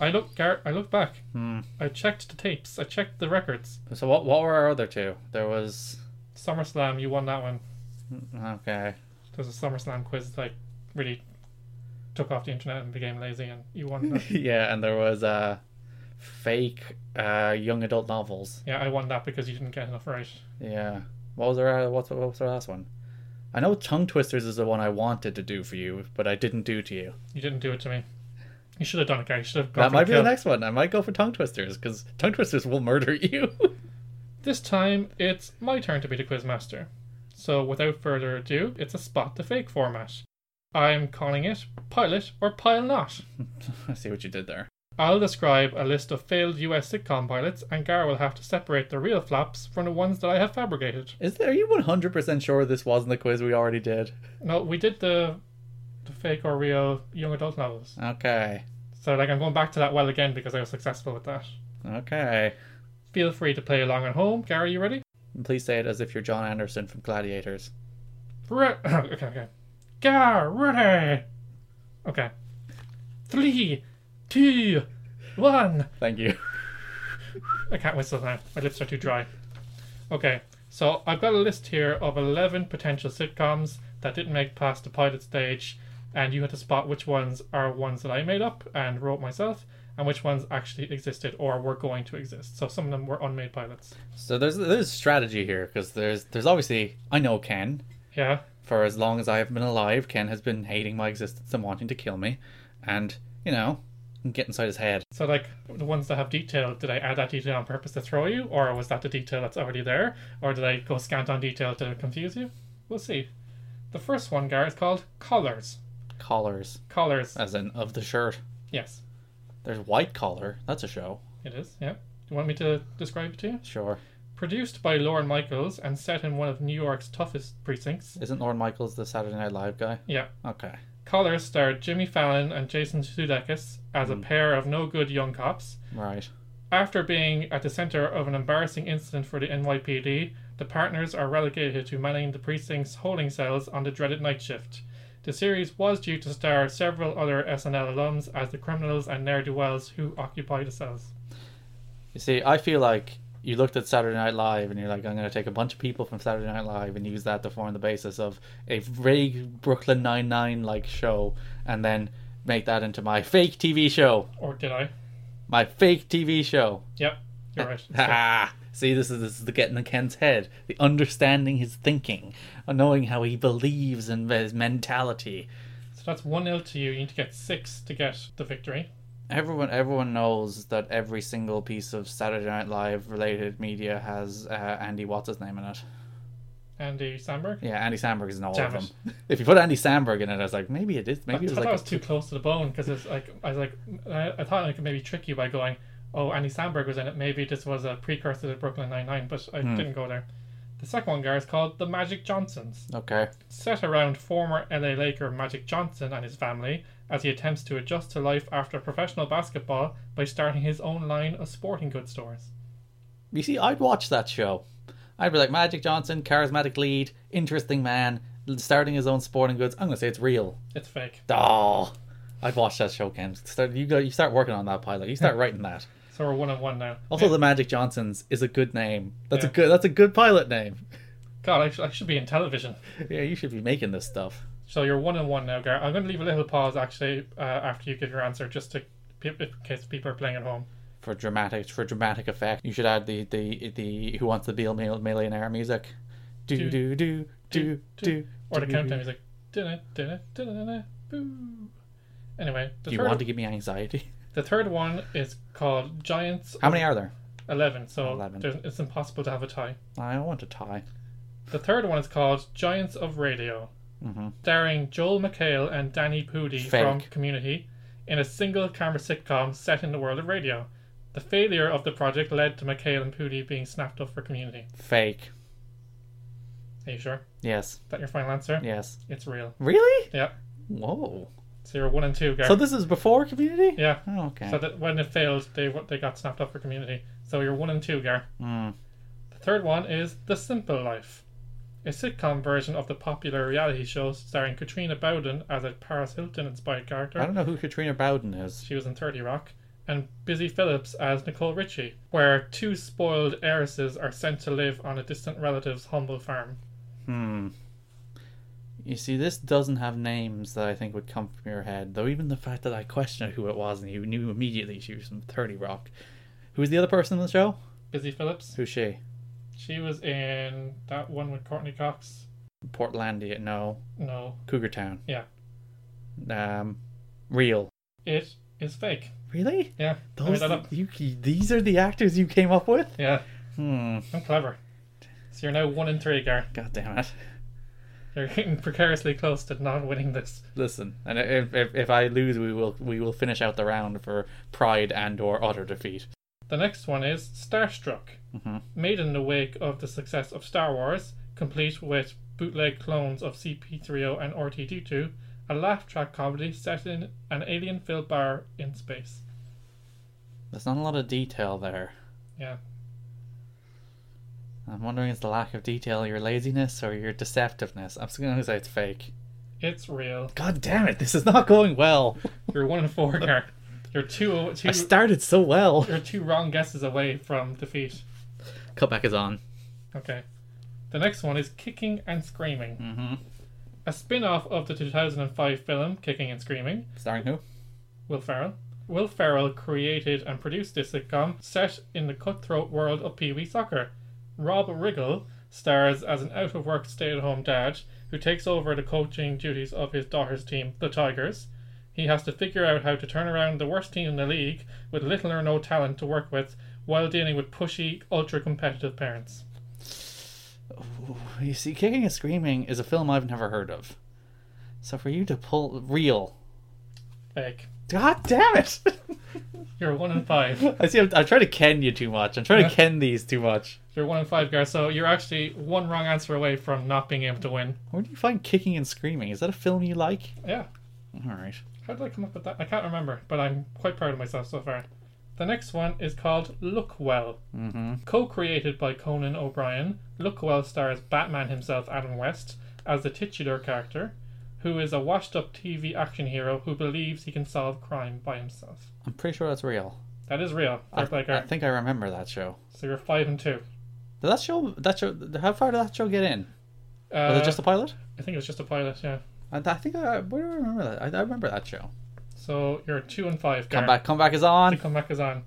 Speaker 1: I look, Gar- I look back.
Speaker 2: Hmm.
Speaker 1: I checked the tapes. I checked the records.
Speaker 2: So what? What were our other two? There was
Speaker 1: SummerSlam, you won that one.
Speaker 2: okay. [laughs]
Speaker 1: There was a SummerSlam quiz that like, really took off the internet and became lazy, and you won
Speaker 2: [laughs]
Speaker 1: that.
Speaker 2: yeah, and there was uh, fake uh, young adult novels.
Speaker 1: yeah, I won that because you didn't get enough right.
Speaker 2: Yeah. What was our what's what was our last one? I know tongue twisters is the one I wanted to do for you, but I didn't do to you.
Speaker 1: You didn't do it to me. You should have done it, guy. You should have gone
Speaker 2: That
Speaker 1: for
Speaker 2: might
Speaker 1: the
Speaker 2: be the
Speaker 1: kill.
Speaker 2: next one. I might go for tongue twisters because tongue twisters will murder [laughs] you.
Speaker 1: This time, it's my turn to be the quiz master. So, without further ado, it's a spot the fake format. I'm calling it Pilot or Pile Not.
Speaker 2: I see what you did there.
Speaker 1: I'll describe a list of failed US sitcom pilots, and Gar will have to separate the real flaps from the ones that I have fabricated.
Speaker 2: Is there, are you one hundred percent sure this wasn't the quiz we already did?
Speaker 1: No, we did the the fake or real young adult novels.
Speaker 2: Okay.
Speaker 1: So, like, I'm going back to that well again because I was successful with that.
Speaker 2: Okay.
Speaker 1: Feel free to play along at home. Gar, are you ready?
Speaker 2: Please say it as if you're John Anderson from Gladiators.
Speaker 1: Re- [coughs] okay, okay. Gar, ready? Okay. Three, two, one.
Speaker 2: Thank you.
Speaker 1: I can't whistle now. My lips are too dry. Okay, so I've got a list here of 11 potential sitcoms that didn't make past the pilot stage, and you had to spot which ones are ones that I made up and wrote myself, and which ones actually existed or were going to exist. So some of them were unmade pilots.
Speaker 2: So there's there's strategy here because there's there's obviously I know Ken
Speaker 1: Yeah,
Speaker 2: for as long as I have been alive, Ken has been hating my existence and wanting to kill me, and you know, get inside his head.
Speaker 1: So, like the ones that have detail, did I add that detail on purpose to throw you, or was that the detail that's already there, or did I go scant on detail to confuse you? We'll see. The first one, Gar, is called collars.
Speaker 2: Collars,
Speaker 1: Collars.
Speaker 2: as in of the shirt.
Speaker 1: yes,
Speaker 2: There's white collar. That's a show.
Speaker 1: it is. Yeah. Do you want me to describe it to you?
Speaker 2: Sure.
Speaker 1: Produced by Lauren Michaels and set in one of New York's toughest precincts.
Speaker 2: Isn't Lauren Michaels the Saturday Night Live guy?
Speaker 1: Yeah.
Speaker 2: Okay.
Speaker 1: Collars starred Jimmy Fallon and Jason Sudeikis as a pair of no good young cops.
Speaker 2: Right.
Speaker 1: After being at the center of an embarrassing incident for the NYPD, the partners are relegated to manning the precinct's holding cells on the dreaded night shift. The series was due to star several other SNL alums as the criminals and ne'er do wells who occupy the cells.
Speaker 2: You see, I feel like you looked at Saturday Night Live and you're like, I'm going to take a bunch of people from Saturday Night Live and use that to form the basis of a vague Brooklyn Nine Nine like show, and then make that into my fake TV show,
Speaker 1: Or did I?
Speaker 2: my fake TV show.
Speaker 1: Yep, you're right.
Speaker 2: Ah, [laughs] see, this is this is the getting in Ken's head, the understanding his thinking, and knowing how he believes in his mentality.
Speaker 1: So that's 1 0 to you. You need to get 6 to get the victory.
Speaker 2: Everyone, everyone knows that every single piece of Saturday Night Live related media has uh, Andy What's his name in it.
Speaker 1: Andy Sandberg?
Speaker 2: Yeah, Andy Samberg is in all
Speaker 1: Damn
Speaker 2: of
Speaker 1: it.
Speaker 2: them. If you put Andy Samberg in it, I was like, maybe it is. Maybe
Speaker 1: I
Speaker 2: it was
Speaker 1: thought
Speaker 2: like
Speaker 1: I
Speaker 2: a
Speaker 1: was too close to the bone because it's like I was like I, I thought I could maybe trick you by going, "Oh, Andy Sandberg was in it. Maybe this was a precursor to Brooklyn Nine Nine, but I
Speaker 2: Hmm.
Speaker 1: didn't go there. The second one, guys, called the Magic Johnsons,
Speaker 2: okay.
Speaker 1: set around former LA Laker Magic Johnson and his family as he attempts to adjust to life after professional basketball by starting his own line of sporting goods stores.
Speaker 2: You see, I'd watch that show. I'd be like Magic Johnson, charismatic lead, interesting man, starting his own sporting goods. I'm gonna say it's real.
Speaker 1: It's fake.
Speaker 2: Oh, I'd watch that show, Ken. Start, you go. You start working on that pilot. You start writing that.
Speaker 1: So we're one on one now.
Speaker 2: Also, the Magic Johnsons is a good name. That's a
Speaker 1: Yeah.
Speaker 2: good. That's a good pilot name. [laughs]
Speaker 1: God, I, sh- I should be in television.
Speaker 2: Yeah, you should be making this stuff.
Speaker 1: So you're one and one now, Gar. I'm going to leave a little pause actually uh, after you give your answer, just to pe- in case people are playing at home.
Speaker 2: For dramatic, for dramatic effect, you should add the the the Who Wants to Be a Mil- Millionaire music. Do do do do do.
Speaker 1: Or the
Speaker 2: do.
Speaker 1: countdown music. Dunna, dunna, dunna, dunna, boo. Anyway, the
Speaker 2: Do you
Speaker 1: third,
Speaker 2: want to give me anxiety? [laughs]
Speaker 1: the third one is called Giants
Speaker 2: How many are there?
Speaker 1: Eleven. So
Speaker 2: 11.
Speaker 1: there's it's impossible to have a tie.
Speaker 2: I want to tie.
Speaker 1: The third one is called Giants of Radio,
Speaker 2: Mhm.
Speaker 1: starring Joel McHale and Danny Pudi from
Speaker 2: Fake.
Speaker 1: Community in a single camera sitcom set in the world of radio. The failure of the project led to McHale and Pudi being snapped up for Community.
Speaker 2: Fake.
Speaker 1: Are you sure?
Speaker 2: Yes.
Speaker 1: Is that your final answer?
Speaker 2: Yes.
Speaker 1: It's real.
Speaker 2: Really?
Speaker 1: Yeah.
Speaker 2: Whoa.
Speaker 1: So you're one and two, Gar.
Speaker 2: So this is before Community.
Speaker 1: yeah.
Speaker 2: Oh, okay.
Speaker 1: So that when it failed, they w- they got snapped up for community. So you're one and two, Gar.
Speaker 2: Mm.
Speaker 1: The third one is The Simple Life, a sitcom version of the popular reality show starring Katrina Bowden as a Paris Hilton inspired
Speaker 2: I
Speaker 1: character.
Speaker 2: don't know who Katrina Bowden is.
Speaker 1: She was in 30 Rock. And Busy Phillips as Nicole Ritchie, where two spoiled heiresses are sent to live on a distant relative's humble farm.
Speaker 2: Hmm. You see, this doesn't have names that I think would come from your head, though even the fact that I questioned who it was and you knew immediately she was from 30 Rock. Who was the other person on the show?
Speaker 1: Busy Phillips,
Speaker 2: Who's she?
Speaker 1: she was in that one with Courtney Cox.
Speaker 2: Portlandia, no.
Speaker 1: No,
Speaker 2: Cougar Town.
Speaker 1: Yeah.
Speaker 2: Um, real.
Speaker 1: it is fake.
Speaker 2: Really?
Speaker 1: Yeah, I made
Speaker 2: Those,
Speaker 1: that up.
Speaker 2: you, these are the actors you came up with?
Speaker 1: Yeah,
Speaker 2: Hmm.
Speaker 1: I'm clever. So you're now one in three, Gar.
Speaker 2: God damn it.
Speaker 1: You're [laughs] getting precariously close to not winning this.
Speaker 2: Listen, and if, if, if I lose, we will we will finish out the round for pride and or utter defeat.
Speaker 1: The next one is Starstruck,
Speaker 2: Mhm.
Speaker 1: made in the wake of the success of Star Wars, complete with bootleg clones of CP3O and RT22, a laugh track comedy set in an alien-filled bar in space.
Speaker 2: There's not a lot of detail there.
Speaker 1: Yeah,
Speaker 2: I'm wondering is the lack of detail your laziness or your deceptiveness. I'm just gonna say it's fake.
Speaker 1: it's real.
Speaker 2: God damn it, this is not going well.
Speaker 1: You're one in
Speaker 2: [laughs]
Speaker 1: four, Gar. You're two, two,
Speaker 2: I started so well.
Speaker 1: you're two wrong guesses away from defeat.
Speaker 2: Cutback is on.
Speaker 1: Okay. The next one is Kicking and Screaming.
Speaker 2: Mm-hmm.
Speaker 1: a spin-off of the 2005 film Kicking and Screaming,
Speaker 2: Starring who?
Speaker 1: Will Ferrell. Will Ferrell created and produced this sitcom set in the cutthroat world of Pee Wee soccer. Rob Riggle stars as an out-of-work stay-at-home dad who takes over the coaching duties of his daughter's team, the Tigers. He has to figure out how to turn around the worst team in the league with little or no talent to work with while dealing with pushy, ultra-competitive parents.
Speaker 2: You see, Kicking and Screaming is a film I've never heard of. So for you to pull real.
Speaker 1: Fake.
Speaker 2: God damn it! [laughs]
Speaker 1: You're one in five.
Speaker 2: I see. I'm, I'm trying to ken you too much. I'm trying to ken these too much.
Speaker 1: You're one in five, guys. So you're actually one wrong answer away from not being able to win.
Speaker 2: Where do you find Kicking and Screaming? Is that a film you like?
Speaker 1: Yeah.
Speaker 2: All right.
Speaker 1: How did I come up with that? I can't remember, but I'm quite proud of myself so far. The next one is called Look Well.
Speaker 2: Mm-hmm.
Speaker 1: Co-created by Conan O'Brien, Lookwell stars Batman himself, Adam West, as the titular character, who is a washed-up TV action hero who believes he can solve crime by himself.
Speaker 2: I'm pretty sure that's real.
Speaker 1: That is real.
Speaker 2: I,
Speaker 1: Like
Speaker 2: I think I remember that show.
Speaker 1: so you're five and two.
Speaker 2: Did that show? That show? How far did that show get in? Was
Speaker 1: Uh,
Speaker 2: it just a pilot?
Speaker 1: I think it was just a pilot, yeah.
Speaker 2: I, I think I, where do I remember that. I, I remember that show.
Speaker 1: So you're two and five. Gareth.
Speaker 2: Come back, come back is
Speaker 1: The [laughs]
Speaker 2: on.
Speaker 1: comeback is on.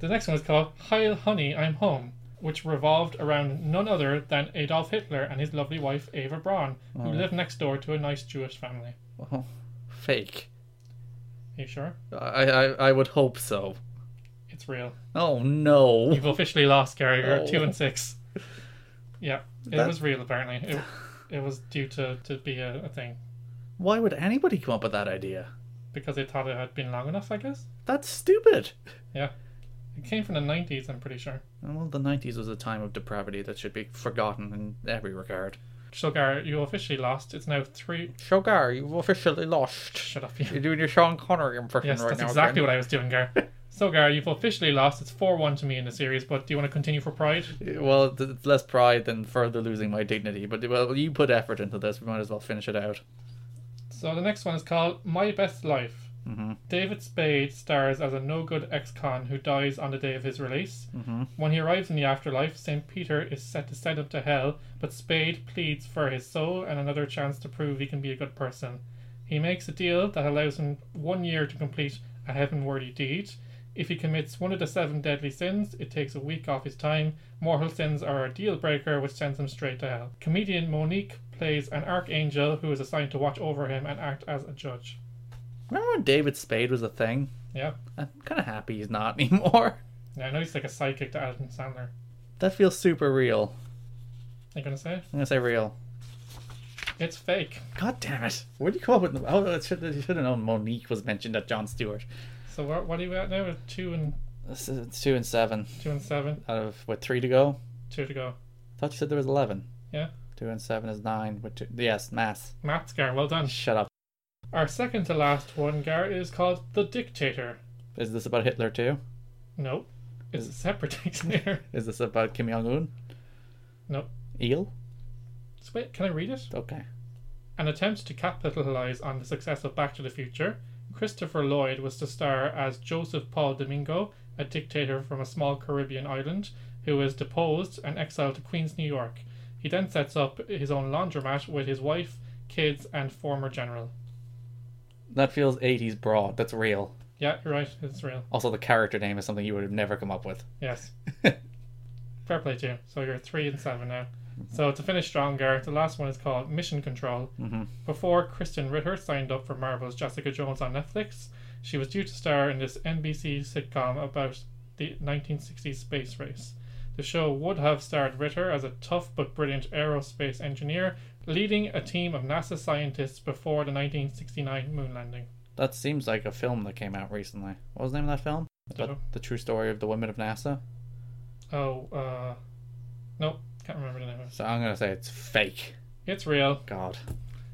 Speaker 1: The next one is called Heil Honey, I'm Home, which revolved around none other than Adolf Hitler and his lovely wife Eva Braun, who lived next door to a nice Jewish family.
Speaker 2: Oh, fake.
Speaker 1: Are you sure?
Speaker 2: I, I I would hope so.
Speaker 1: It's real.
Speaker 2: Oh no.
Speaker 1: You've officially lost, Gary. You're
Speaker 2: Oh.
Speaker 1: two and six. Yeah, it
Speaker 2: That-
Speaker 1: was real. Apparently, it, it was due to to be a, a thing
Speaker 2: Why would anybody come up with that idea?
Speaker 1: because they thought it had been long enough. I guess
Speaker 2: That's stupid.
Speaker 1: it came from the nineties. I'm pretty sure.
Speaker 2: Well, the 90s was a time of depravity that should be forgotten in every regard.
Speaker 1: So, Gary, you officially lost. It's now three.
Speaker 2: Shogar, you've officially lost.
Speaker 1: Shut up. You.
Speaker 2: You're doing your Sean Connery impression
Speaker 1: Yes,
Speaker 2: right
Speaker 1: that's
Speaker 2: now.
Speaker 1: exactly
Speaker 2: again.
Speaker 1: what I was doing, Gar. [laughs] so, Gar, you've officially lost. It's 4 1 to me in the series, but do you want to continue for pride?
Speaker 2: Well, th- it's less pride than further losing my dignity, but well, you put effort into this. We might as well finish it out.
Speaker 1: So, the next one is called My Best Life.
Speaker 2: Mhm.
Speaker 1: David Spade stars as a no good ex con who dies on the day of his release.
Speaker 2: Mhm.
Speaker 1: When he arrives in the afterlife, St. Peter is set to send him to hell, but Spade pleads for his soul and another chance to prove he can be a good person. He makes a deal that allows him one year to complete a heaven-worthy deed. If he commits one of the seven deadly sins, it takes a week off his time. Mortal sins are a deal breaker, which sends him straight to hell. Comedian Monique plays an archangel who is assigned to watch over him and act as a judge.
Speaker 2: Remember when David Spade was a thing?
Speaker 1: Yeah,
Speaker 2: I'm kind of happy he's not [laughs] anymore.
Speaker 1: yeah I know he's like a psychic to Adam Sandler.
Speaker 2: That feels super real.
Speaker 1: You gonna say it?
Speaker 2: I'm gonna say real.
Speaker 1: It's fake.
Speaker 2: God damn it! Where do you come up with? The, oh, it should, you should have known Monique was mentioned at John Stewart.
Speaker 1: So what, what are you at now? With Two and
Speaker 2: This is- It's two and seven
Speaker 1: two and seven,
Speaker 2: out of what three to go?
Speaker 1: two to go.
Speaker 2: I thought you said there was eleven.
Speaker 1: Yeah.
Speaker 2: Two and seven is nine. With two, yes, mass.
Speaker 1: Matt Gar, well done.
Speaker 2: Shut up.
Speaker 1: Our second to last one, Gar, is called The Dictator.
Speaker 2: Is this about Hitler too?
Speaker 1: No, it's a separate [laughs] dictator.
Speaker 2: Is this about Kim Jong Un?
Speaker 1: No.
Speaker 2: Eel.
Speaker 1: Just wait, can I read it?
Speaker 2: Okay.
Speaker 1: An attempt to capitalize on the success of Back to the Future, Christopher Lloyd was to star as Joseph Paul Domingo, a dictator from a small Caribbean island who is deposed and exiled to Queens, New York. He then sets up his own laundromat with his wife, kids, and former general.
Speaker 2: That feels 80s broad. That's real.
Speaker 1: Yeah, you're right, it's real.
Speaker 2: Also, the character name is something you would have never come up with.
Speaker 1: Yes. Fair play to you. So you're three and seven now. So to finish strong, Gareth, the last one is called Mission Control.
Speaker 2: Mhm.
Speaker 1: Before Kristen Ritter signed up for Marvel's Jessica Jones on Netflix, she was due to star in this NBC sitcom about the 1960s space race. The show would have starred Ritter as a tough but brilliant aerospace engineer leading a team of NASA scientists before the 1969 moon landing.
Speaker 2: That seems like a film that came out recently. What was the name of that film?
Speaker 1: Dunno.
Speaker 2: About the true story of the women of NASA.
Speaker 1: Oh, uh, nope, can't remember the name of it.
Speaker 2: So I'm gonna say it's fake.
Speaker 1: It's real.
Speaker 2: God,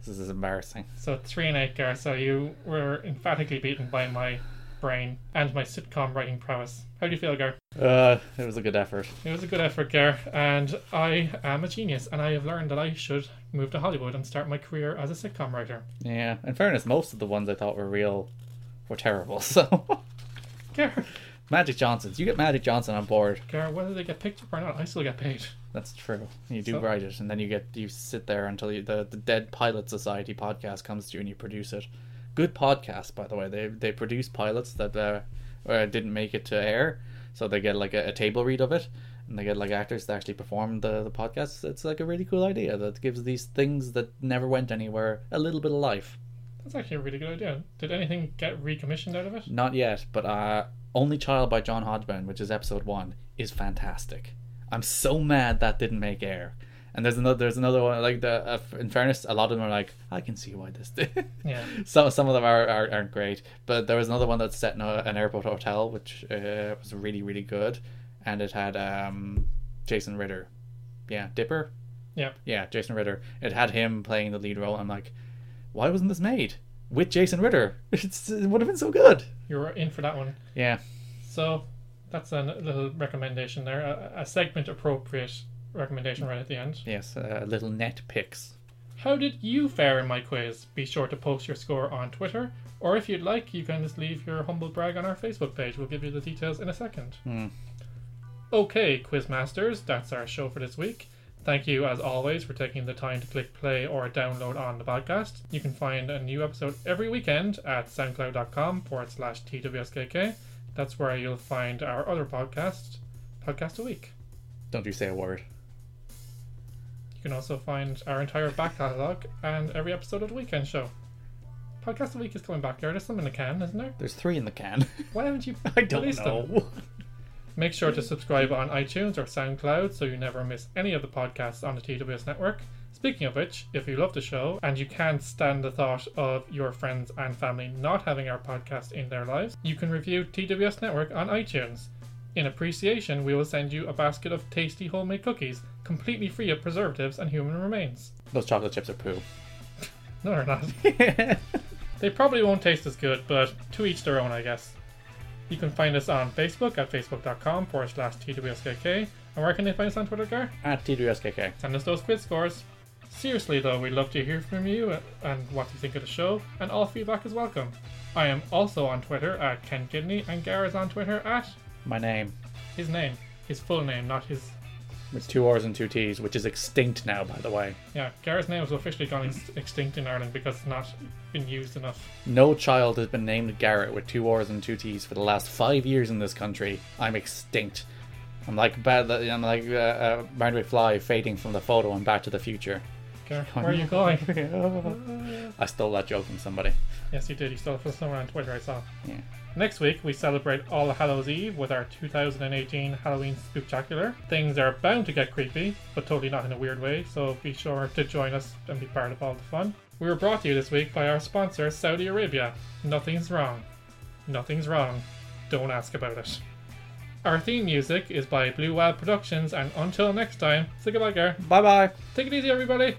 Speaker 2: this is embarrassing.
Speaker 1: So three and eight, Gar. So you were emphatically beaten by my brain and my sitcom writing prowess. How do you feel, Gar?
Speaker 2: Uh, it was a good effort.
Speaker 1: It was a good effort, Gar, and I am a genius, and I have learned that I should move to Hollywood and start my career as a sitcom writer.
Speaker 2: Yeah. In fairness, most of the ones I thought were real were terrible. [laughs] So,
Speaker 1: Gar,
Speaker 2: Magic Johnson's. You get Magic Johnson on board.
Speaker 1: Gar, whether they get picked up or not, I still get paid.
Speaker 2: That's true. You do
Speaker 1: So-
Speaker 2: write it, and then you get you sit there until you, the the Dead Pilot Society podcast comes to you, and you produce it. Good podcast, by the way. They they produce pilots that uh, uh, didn't make it to air, so they get like a, a table read of it, and they get like actors to actually perform the the podcast. It's like a really cool idea that gives these things that never went anywhere a little bit of life.
Speaker 1: That's actually a really good idea. Did anything get recommissioned out of it?
Speaker 2: Not yet, but uh, Only Child by John Hodgman, which is episode one, is fantastic. I'm so mad that didn't make air. And there's another, there's another one like the. Uh, in fairness, a lot of them are like, I can see why this did. [laughs]
Speaker 1: Yeah.
Speaker 2: some some of them are, are aren't great, but there was another one that's set in a, an airport hotel, which uh, was really really good, and it had um, Jason Ritter, yeah, Dipper,
Speaker 1: Yeah.
Speaker 2: yeah, Jason Ritter. It had him playing the lead role. I'm like, why wasn't [laughs] this made with Jason Ritter? It's, it would have been so good.
Speaker 1: You were in for that one.
Speaker 2: Yeah.
Speaker 1: So that's a n- little recommendation there, a, a segment appropriate recommendation right at the end.
Speaker 2: Yes, uh, little net picks.
Speaker 1: How did you fare in my quiz? Be sure to post your score on Twitter, or if you'd like, you can just leave your humble brag on our Facebook page. We'll give you the details in a second.
Speaker 2: Hmm.
Speaker 1: Okay, Quiz Masters, that's our show for this week. Thank you, as always, for taking the time to click play or download on the podcast. You can find a new episode every weekend at soundcloud.com forward slash TWSKK. That's where you'll find our other podcast, Podcast a Week.
Speaker 2: Don't you say a word.
Speaker 1: You can also find our entire back catalogue and every episode of the weekend show. Podcast a Week is coming back there. There's some in the can, isn't there?
Speaker 2: There's three in the can. [laughs]
Speaker 1: Why haven't you
Speaker 2: I don't
Speaker 1: released them?
Speaker 2: know.
Speaker 1: Make sure to subscribe on iTunes or SoundCloud so you never miss any of the podcasts on the TWS network. Speaking of which, if you love the show and you can't stand the thought of your friends and family not having our podcast in their lives, you can review TWS Network on iTunes. In appreciation, we will send you a basket of tasty homemade cookies, completely free of preservatives and human remains.
Speaker 2: [laughs] Those chocolate chips are [laughs] poo.
Speaker 1: No, they're not. [laughs] They probably won't taste as good, but to each their own, I guess. You can find us on Facebook at facebook.com forward slash TWSKK. And where can they find us on Twitter, Gar?
Speaker 2: At TWSKK.
Speaker 1: Send us those quiz scores. Seriously, though, we'd love to hear from you a- and what you think of the show, and all feedback is welcome. I am also on Twitter at Ken Kidney, and Gar is on Twitter at
Speaker 2: My name.
Speaker 1: his name, his full name, not his.
Speaker 2: It's two R's and two T's, which is extinct now, by the way.
Speaker 1: Yeah, Gar's name has officially gone ex- extinct in Ireland because it's not been used enough.
Speaker 2: No child has been named Garrett with two R's and two T's for the last five years in this country. I'm extinct. I'm like bad. I'm like uh, uh, Marty McFly fading from the photo and Back to the Future. [laughs]
Speaker 1: Gar, where are you going?
Speaker 2: I stole that joke from somebody.
Speaker 1: yes, you did. You stole it from someone on Twitter, I saw.
Speaker 2: Yeah.
Speaker 1: Next week, we celebrate All Hallows Eve with our 2018 Halloween Spooktacular. Things are bound to get creepy, but totally not in a weird way, so be sure to join us and be part of all the fun. We were brought to you this week by our sponsor, Saudi Arabia. Nothing's wrong. Nothing's wrong. Don't ask about it. Our theme music is by Blue Wild Productions, and until next time, say goodbye, Gar.
Speaker 2: Bye bye.
Speaker 1: Take it easy, everybody.